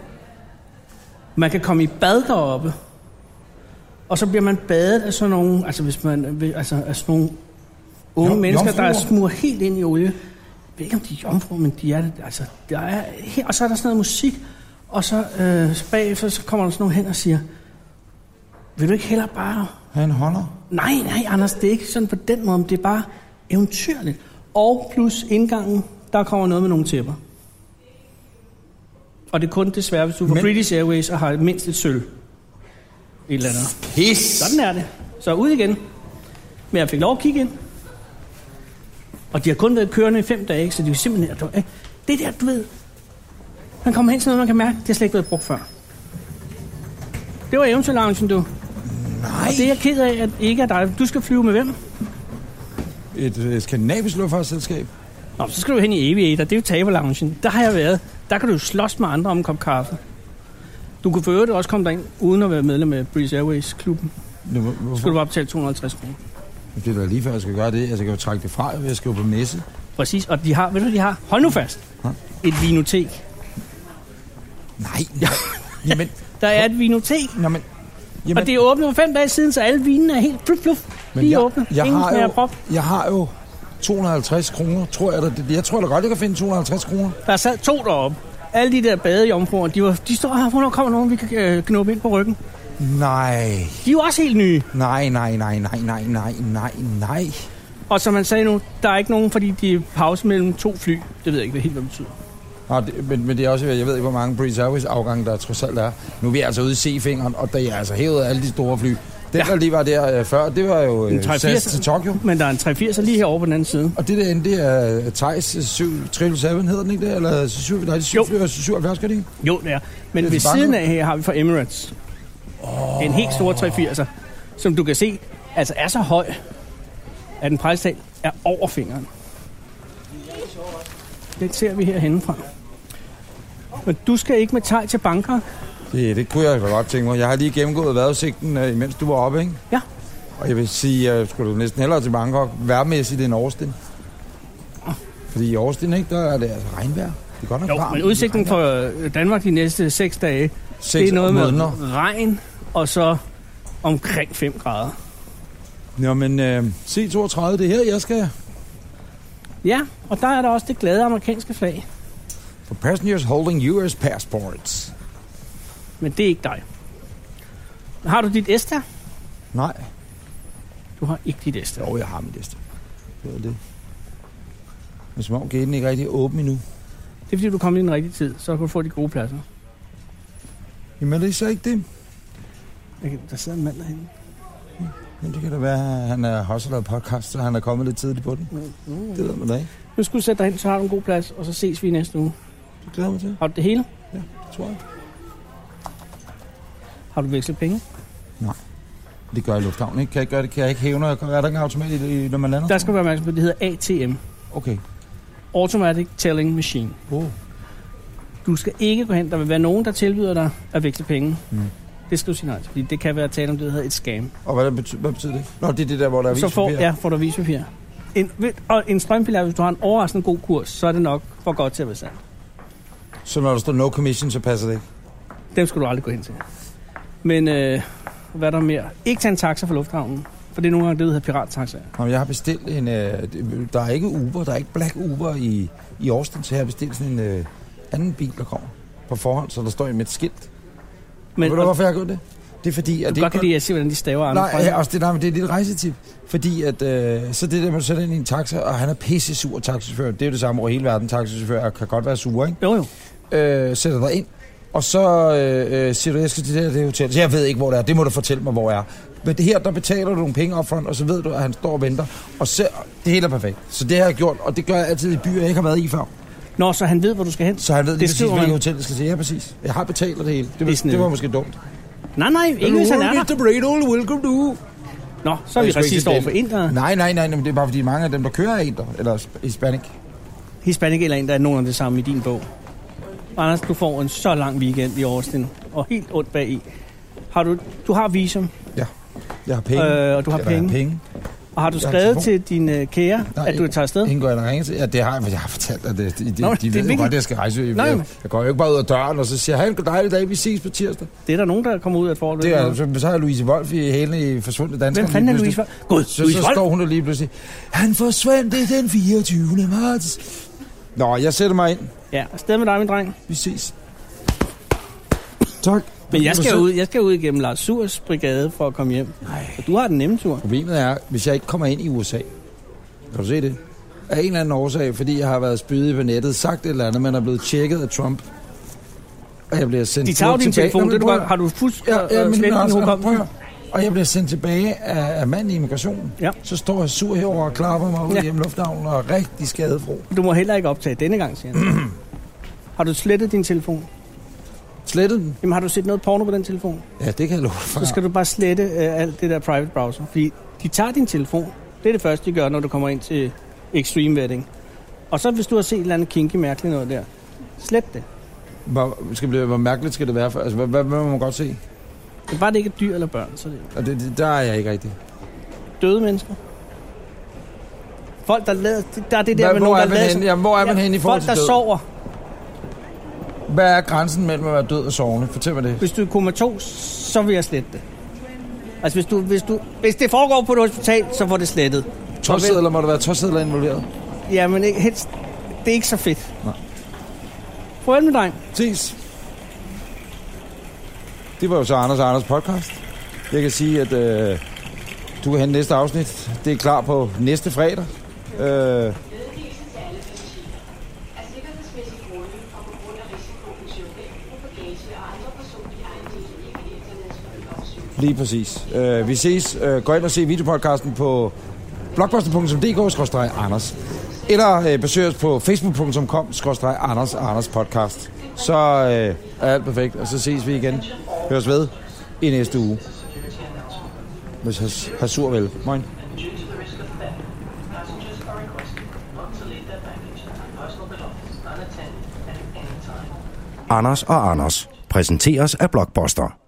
Speaker 2: Man kan komme i bad deroppe, og så bliver man badet af sådan nogle, altså hvis man, altså af sådan nogle unge
Speaker 3: Jo-
Speaker 2: mennesker, der er
Speaker 3: jomfruer.
Speaker 2: smurt helt ind i olie. Jeg ved ikke, om de er jomfruer, men de er det. Altså, der er, her, og så er der sådan noget musik, og så øh, bagefter, så kommer der sådan nogle hen og siger, vil du ikke hellere bare
Speaker 3: Han holder.
Speaker 2: Nej, nej, Anders, det er ikke sådan på den måde, men det er bare eventyrligt. Og plus indgangen, der kommer noget med nogle tæpper. Og det er kun desværre, hvis du er fra
Speaker 3: Men-
Speaker 2: British Airways og har mindst et sølv. Et eller andet.
Speaker 3: Pis!
Speaker 2: Sådan er det. Så ud igen. Men jeg fik lov at kigge ind. Og de har kun været kørende i fem dage, så de er simpelthen... Du, øh, det der, du ved... Man kommer hen til noget, man kan mærke, det har slet ikke været brugt før. Det var eventyrloungen, du.
Speaker 3: Nej!
Speaker 2: Og det er jeg ked af, at ikke er dig. Du skal flyve med hvem?
Speaker 3: Et, et skandinavisk luftfartsselskab.
Speaker 2: Nå, så skal du hen i Aviator. Det er jo taberloungen. Der har jeg været. Der kan du jo slås med andre om en kop kaffe. Du kunne for øvrigt også komme derind, uden at være medlem af British Airways-klubben.
Speaker 3: Nu, hvor- hvorfor?
Speaker 2: Så skulle du bare betale 250 kroner.
Speaker 3: Det er da lige før, jeg skal gøre det. Altså, jeg kan jo trække det fra, ved at skrive på messe.
Speaker 2: Præcis. Og de har, ved du, hvad de har, hold nu fast, et vinotek.
Speaker 3: Nej, ja. jamen,
Speaker 2: Der er et vinotek,
Speaker 3: nå, men, jamen,
Speaker 2: og det er åbnet for fem dage siden, så alle vinene er helt fluff, fluff.
Speaker 3: men
Speaker 2: Lige
Speaker 3: jeg,
Speaker 2: åbne.
Speaker 3: Jeg,
Speaker 2: Ingen
Speaker 3: har
Speaker 2: smager
Speaker 3: jo,
Speaker 2: af prop.
Speaker 3: jeg har jo 250 kroner, tror jeg da. Det- Jeg tror da godt, jeg kan finde 250 kroner.
Speaker 2: Der sad to deroppe. Alle de der badejomfruer, de, var, de står her, hvornår kommer nogen, vi kan øh, knuppe ind på ryggen.
Speaker 3: Nej,
Speaker 2: De er jo også helt nye.
Speaker 3: nej, nej, nej, nej, nej, nej, nej, nej.
Speaker 2: Og som man sagde nu, der er ikke nogen, fordi de er pause mellem to fly. Det ved jeg ikke hvad helt, hvad det betyder.
Speaker 3: Nå, det, men, men det er også, jeg ved ikke, hvor mange British Airways afgange der trods alt er. Nu er vi altså ude i C-fingeren, og der er altså hævet af alle de store fly. Den, ja. der lige var der øh, før, det var jo
Speaker 2: En
Speaker 3: øh,
Speaker 2: 380.
Speaker 3: SAS til Tokyo.
Speaker 2: Men der er en 380 lige herovre på den anden side.
Speaker 3: Og det derinde, det er Thijs 777, hedder den ikke det? Eller 7, nej, det er
Speaker 2: Jo.
Speaker 3: 7, 77, gør det ikke?
Speaker 2: Jo, det er. Men
Speaker 3: Det er
Speaker 2: ved
Speaker 3: til Bangkok.
Speaker 2: siden af her har vi fra Emirates. Oh. En helt stor 380'er, som du kan se, altså er så høj, at den prejstag er over fingeren. Det ser vi herhenne fra. Men du skal ikke med tag til Bangkok.
Speaker 3: Det, det kunne jeg da godt tænke mig. Jeg har lige gennemgået vejrudsigten, øh, imens du var oppe, ikke?
Speaker 2: Ja.
Speaker 3: Og jeg vil sige, jeg skulle da næsten hellere til Bangkok værmæssigt end Austin. Fordi i Austin, ikke, der er det altså regnvejr. Det er godt nok
Speaker 2: Jo,
Speaker 3: varmt.
Speaker 2: men udsigten for øh, Danmark de næste 6 dage, det
Speaker 3: Seks
Speaker 2: er noget med
Speaker 3: måneder.
Speaker 2: regn og så omkring 5 grader.
Speaker 3: Nå, men øh, C32, det er her, jeg skal...
Speaker 2: Ja, og der er der også det glade amerikanske flag.
Speaker 3: For passengers holding US passports.
Speaker 2: Men det er ikke dig. Har du dit Esta?
Speaker 3: Nej.
Speaker 2: Du har ikke dit Esta.
Speaker 3: Jo, jeg har min liste. Det var det. Men som om gaten ikke er rigtig åben endnu.
Speaker 2: Det Det er fordi, du kom i den rigtige tid, så kan du få de gode pladser.
Speaker 3: Jamen er det så ikke det?
Speaker 2: Jeg kan- Der sidder en mand derhenne.
Speaker 3: Jamen, det kan da være, at han er hustler og podcast, så han er kommet lidt tidligt på den.
Speaker 2: Mm.
Speaker 3: Det ved man da ikke.
Speaker 2: Nu skal du sætte dig hen, så har du en god plads, og så ses vi i næste uge.
Speaker 3: Det glæder mig til,
Speaker 2: Har du det hele?
Speaker 3: tror jeg.
Speaker 2: Har du vekslet penge?
Speaker 3: Det gør jeg i lufthavnen, ikke? Kan jeg ikke gøre det? Kan jeg ikke hæve, når jeg er der ikke en automat, i- i- når man lander?
Speaker 2: Der skal du være opmærksom på, at det hedder ATM.
Speaker 3: Okay.
Speaker 2: Automatic Telling Machine.
Speaker 3: Oh.
Speaker 2: Du skal ikke gå hen. Der vil være nogen, der tilbyder dig at veksle penge.
Speaker 3: Mm.
Speaker 2: Det skal du sige nej til, fordi det kan være tale om det, der hedder et scam.
Speaker 3: Og hvad, betyder, hvad betyder det? Nå, det er det der, hvor der er
Speaker 2: Så får,
Speaker 3: avispapir.
Speaker 2: ja, får du avispapir. En, ved- og en strømpiller, hvis du har en overraskende god kurs, så er det nok for godt til at være sandt.
Speaker 3: Så når der står no commission, så passer det ikke.
Speaker 2: Dem skulle du aldrig gå hen til. Men øh, hvad er der mere? Ikke tage en taxa fra lufthavnen, for det er nogle gange det, der hedder pirattaxa.
Speaker 3: Nå, men jeg har bestilt en... Øh, der er ikke Uber, der er ikke Black Uber i, i Austin, så jeg har bestilt sådan en øh, anden bil, der kommer på forhånd, så der står i mit skilt. Men,
Speaker 2: Men
Speaker 3: Ved
Speaker 2: og,
Speaker 3: du,
Speaker 2: du
Speaker 3: hvorfor jeg har gjort det? Det er fordi, at det
Speaker 2: godt kan lide at se, hvordan de staver andre.
Speaker 3: Nej, ja, også det, nej, men det er et lille rejsetip. Fordi at, øh, så det der med, at du sætter ind i en taxa, og han er pisse sur taxichauffør. Det er jo det samme over hele verden. Taxichauffører kan godt være sure, ikke?
Speaker 2: Jo, jo.
Speaker 3: øh, sætter dig ind, og så øh, øh, siger du, jeg skal til det her det hotel. Så jeg ved ikke, hvor det er. Det må du fortælle mig, hvor jeg er. Men det her, der betaler du nogle penge opfront, og så ved du, at han står og venter. Og så, det hele er perfekt. Så det har jeg gjort, og det gør jeg altid i byer, jeg ikke har været i før.
Speaker 2: Nå, så han ved, hvor du skal hen.
Speaker 3: Så han ved lige præcis,
Speaker 2: skriver
Speaker 3: hvilket
Speaker 2: man.
Speaker 3: hotel jeg skal til. Ja, præcis. Jeg har betalt og det hele. Det,
Speaker 2: Det er
Speaker 3: var,
Speaker 2: sådan
Speaker 3: det var
Speaker 2: noget.
Speaker 3: måske dumt.
Speaker 2: Nej, nej, ikke hvis han er der.
Speaker 3: Mr. Bradle, welcome to.
Speaker 2: Nå, så er vi
Speaker 3: Jeg skulle ikke
Speaker 2: racist
Speaker 3: sige
Speaker 2: over for
Speaker 3: det.
Speaker 2: indere.
Speaker 3: Nej, nej, nej, nej, men det er bare fordi mange af dem, der kører er inder, eller sp- hispanic.
Speaker 2: Hispanic eller en, der er nogen af det samme i din bog. Anders, du får en så lang weekend i Austin, og helt ondt bagi. Har du, du har visum,
Speaker 3: Jeg har penge.
Speaker 2: Øh, og du har
Speaker 3: Eller
Speaker 2: penge.
Speaker 3: Jeg har penge.
Speaker 2: og har du
Speaker 3: Jeg har
Speaker 2: skrevet
Speaker 3: telefon.
Speaker 2: til din øh, kære,
Speaker 3: Nej,
Speaker 2: at du
Speaker 3: ikke.
Speaker 2: tager afsted?
Speaker 3: Ingen går ind og ringer til. Ja, det har jeg, for jeg har fortalt dig. Det, de, de,
Speaker 2: Nå,
Speaker 3: Nå,
Speaker 2: det er
Speaker 3: de ved jo
Speaker 2: vigtigt.
Speaker 3: godt, at jeg skal rejse. Jeg,
Speaker 2: Nå,
Speaker 3: jeg,
Speaker 2: jamen.
Speaker 3: jeg går jo ikke bare ud af døren, og så siger jeg, hey, en dejlig dag, vi ses på tirsdag.
Speaker 2: Det er der nogen, der kommer ud af et forhold.
Speaker 3: Det er, så, så har Louise Wolf i hælene i forsvundne dansker.
Speaker 2: Mm-hmm. Hvem fanden er Louise Wolf? Gud,
Speaker 3: Så,
Speaker 2: Louise
Speaker 3: så
Speaker 2: Wolf!
Speaker 3: står hun der lige pludselig. Han forsvandt det den 24. marts. Nå, jeg sætter mig ind.
Speaker 2: Ja, afsted med dig, min dreng.
Speaker 3: Vi ses. Tak.
Speaker 2: Men jeg skal,
Speaker 3: Så-
Speaker 2: ud, jeg skal ud igennem Lars Surs brigade for at komme hjem.
Speaker 3: Nej.
Speaker 2: Og du har den nemme tur.
Speaker 3: Problemet er, hvis jeg ikke kommer ind i USA, kan du se det? Af en eller anden årsag, fordi jeg har været spydig på nettet, sagt et eller andet, men er blevet tjekket af Trump. Og jeg bliver sendt
Speaker 2: De tager jo din
Speaker 3: tilbage.
Speaker 2: telefon,
Speaker 3: Nå, men
Speaker 2: det du
Speaker 3: prøv at-
Speaker 2: bare, har du fuldt
Speaker 3: Ja, ja, men
Speaker 2: slet
Speaker 3: Lars,
Speaker 2: din
Speaker 3: altså, prøv
Speaker 2: hukommelse?
Speaker 3: at- og jeg bliver sendt tilbage af, af manden i immigrationen.
Speaker 2: Ja.
Speaker 3: Så står jeg sur herover og klapper mig ud
Speaker 2: Ja.
Speaker 3: ja. hjemme i lufthavnen og er rigtig skadefro.
Speaker 2: Du må heller ikke optage denne gang, siger han. Har du slettet din telefon?
Speaker 3: Slettede den?
Speaker 2: Jamen har du set noget porno på den telefon?
Speaker 3: Ja, det kan jeg love for.
Speaker 2: Så skal du bare slette øh, alt det der private browser. Fordi de tager din telefon. Det er det første, de gør, når du kommer ind til Extreme Wedding. Og så hvis du har set et eller andet kinky mærkeligt noget der, slet det.
Speaker 3: Hvor, skal blive, hvor mærkeligt skal det være? For, altså, hvad, hvad, hvad må man godt se?
Speaker 2: Men bare det ikke er dyr eller børn, så er det jo
Speaker 3: Og det, det, der er jeg ikke rigtig.
Speaker 2: døde mennesker. Folk, der lader... Der er det der
Speaker 3: Hvad-
Speaker 2: med
Speaker 3: hvor
Speaker 2: nogen,
Speaker 3: er
Speaker 2: der
Speaker 3: man
Speaker 2: lader...
Speaker 3: henne? Jamen, hvor er man henne i forhold
Speaker 2: Folk,
Speaker 3: til
Speaker 2: der
Speaker 3: død?
Speaker 2: sover.
Speaker 3: Hvad er grænsen mellem at være død og sovende? Fortæl mig det.
Speaker 2: Hvis du er komatos, så vil jeg slette det. Altså, hvis, du, hvis, du, hvis det foregår på et hospital, så får det slettet.
Speaker 3: Tossedler, må der være tossedler involveret?
Speaker 2: Ja, men ikke, helst, det er ikke så fedt.
Speaker 3: Nej.
Speaker 2: Prøv med dig.
Speaker 3: Ses. Det var jo så Anders og Anders podcast. Jeg kan sige, at øh, du kan hente næste afsnit. Det er klar på næste fredag. Øh, lige præcis. Øh, vi ses. Øh, gå ind og se videopodcasten på blogposten.dk-anders. Eller øh, besøg os på facebook.com-anders Anders podcast. Så øh, er alt perfekt, og så ses vi igen. Høres ved i næste uge. Hvis has, has sur vel. Moin.
Speaker 1: Anders og Anders præsenteres af Blockbuster.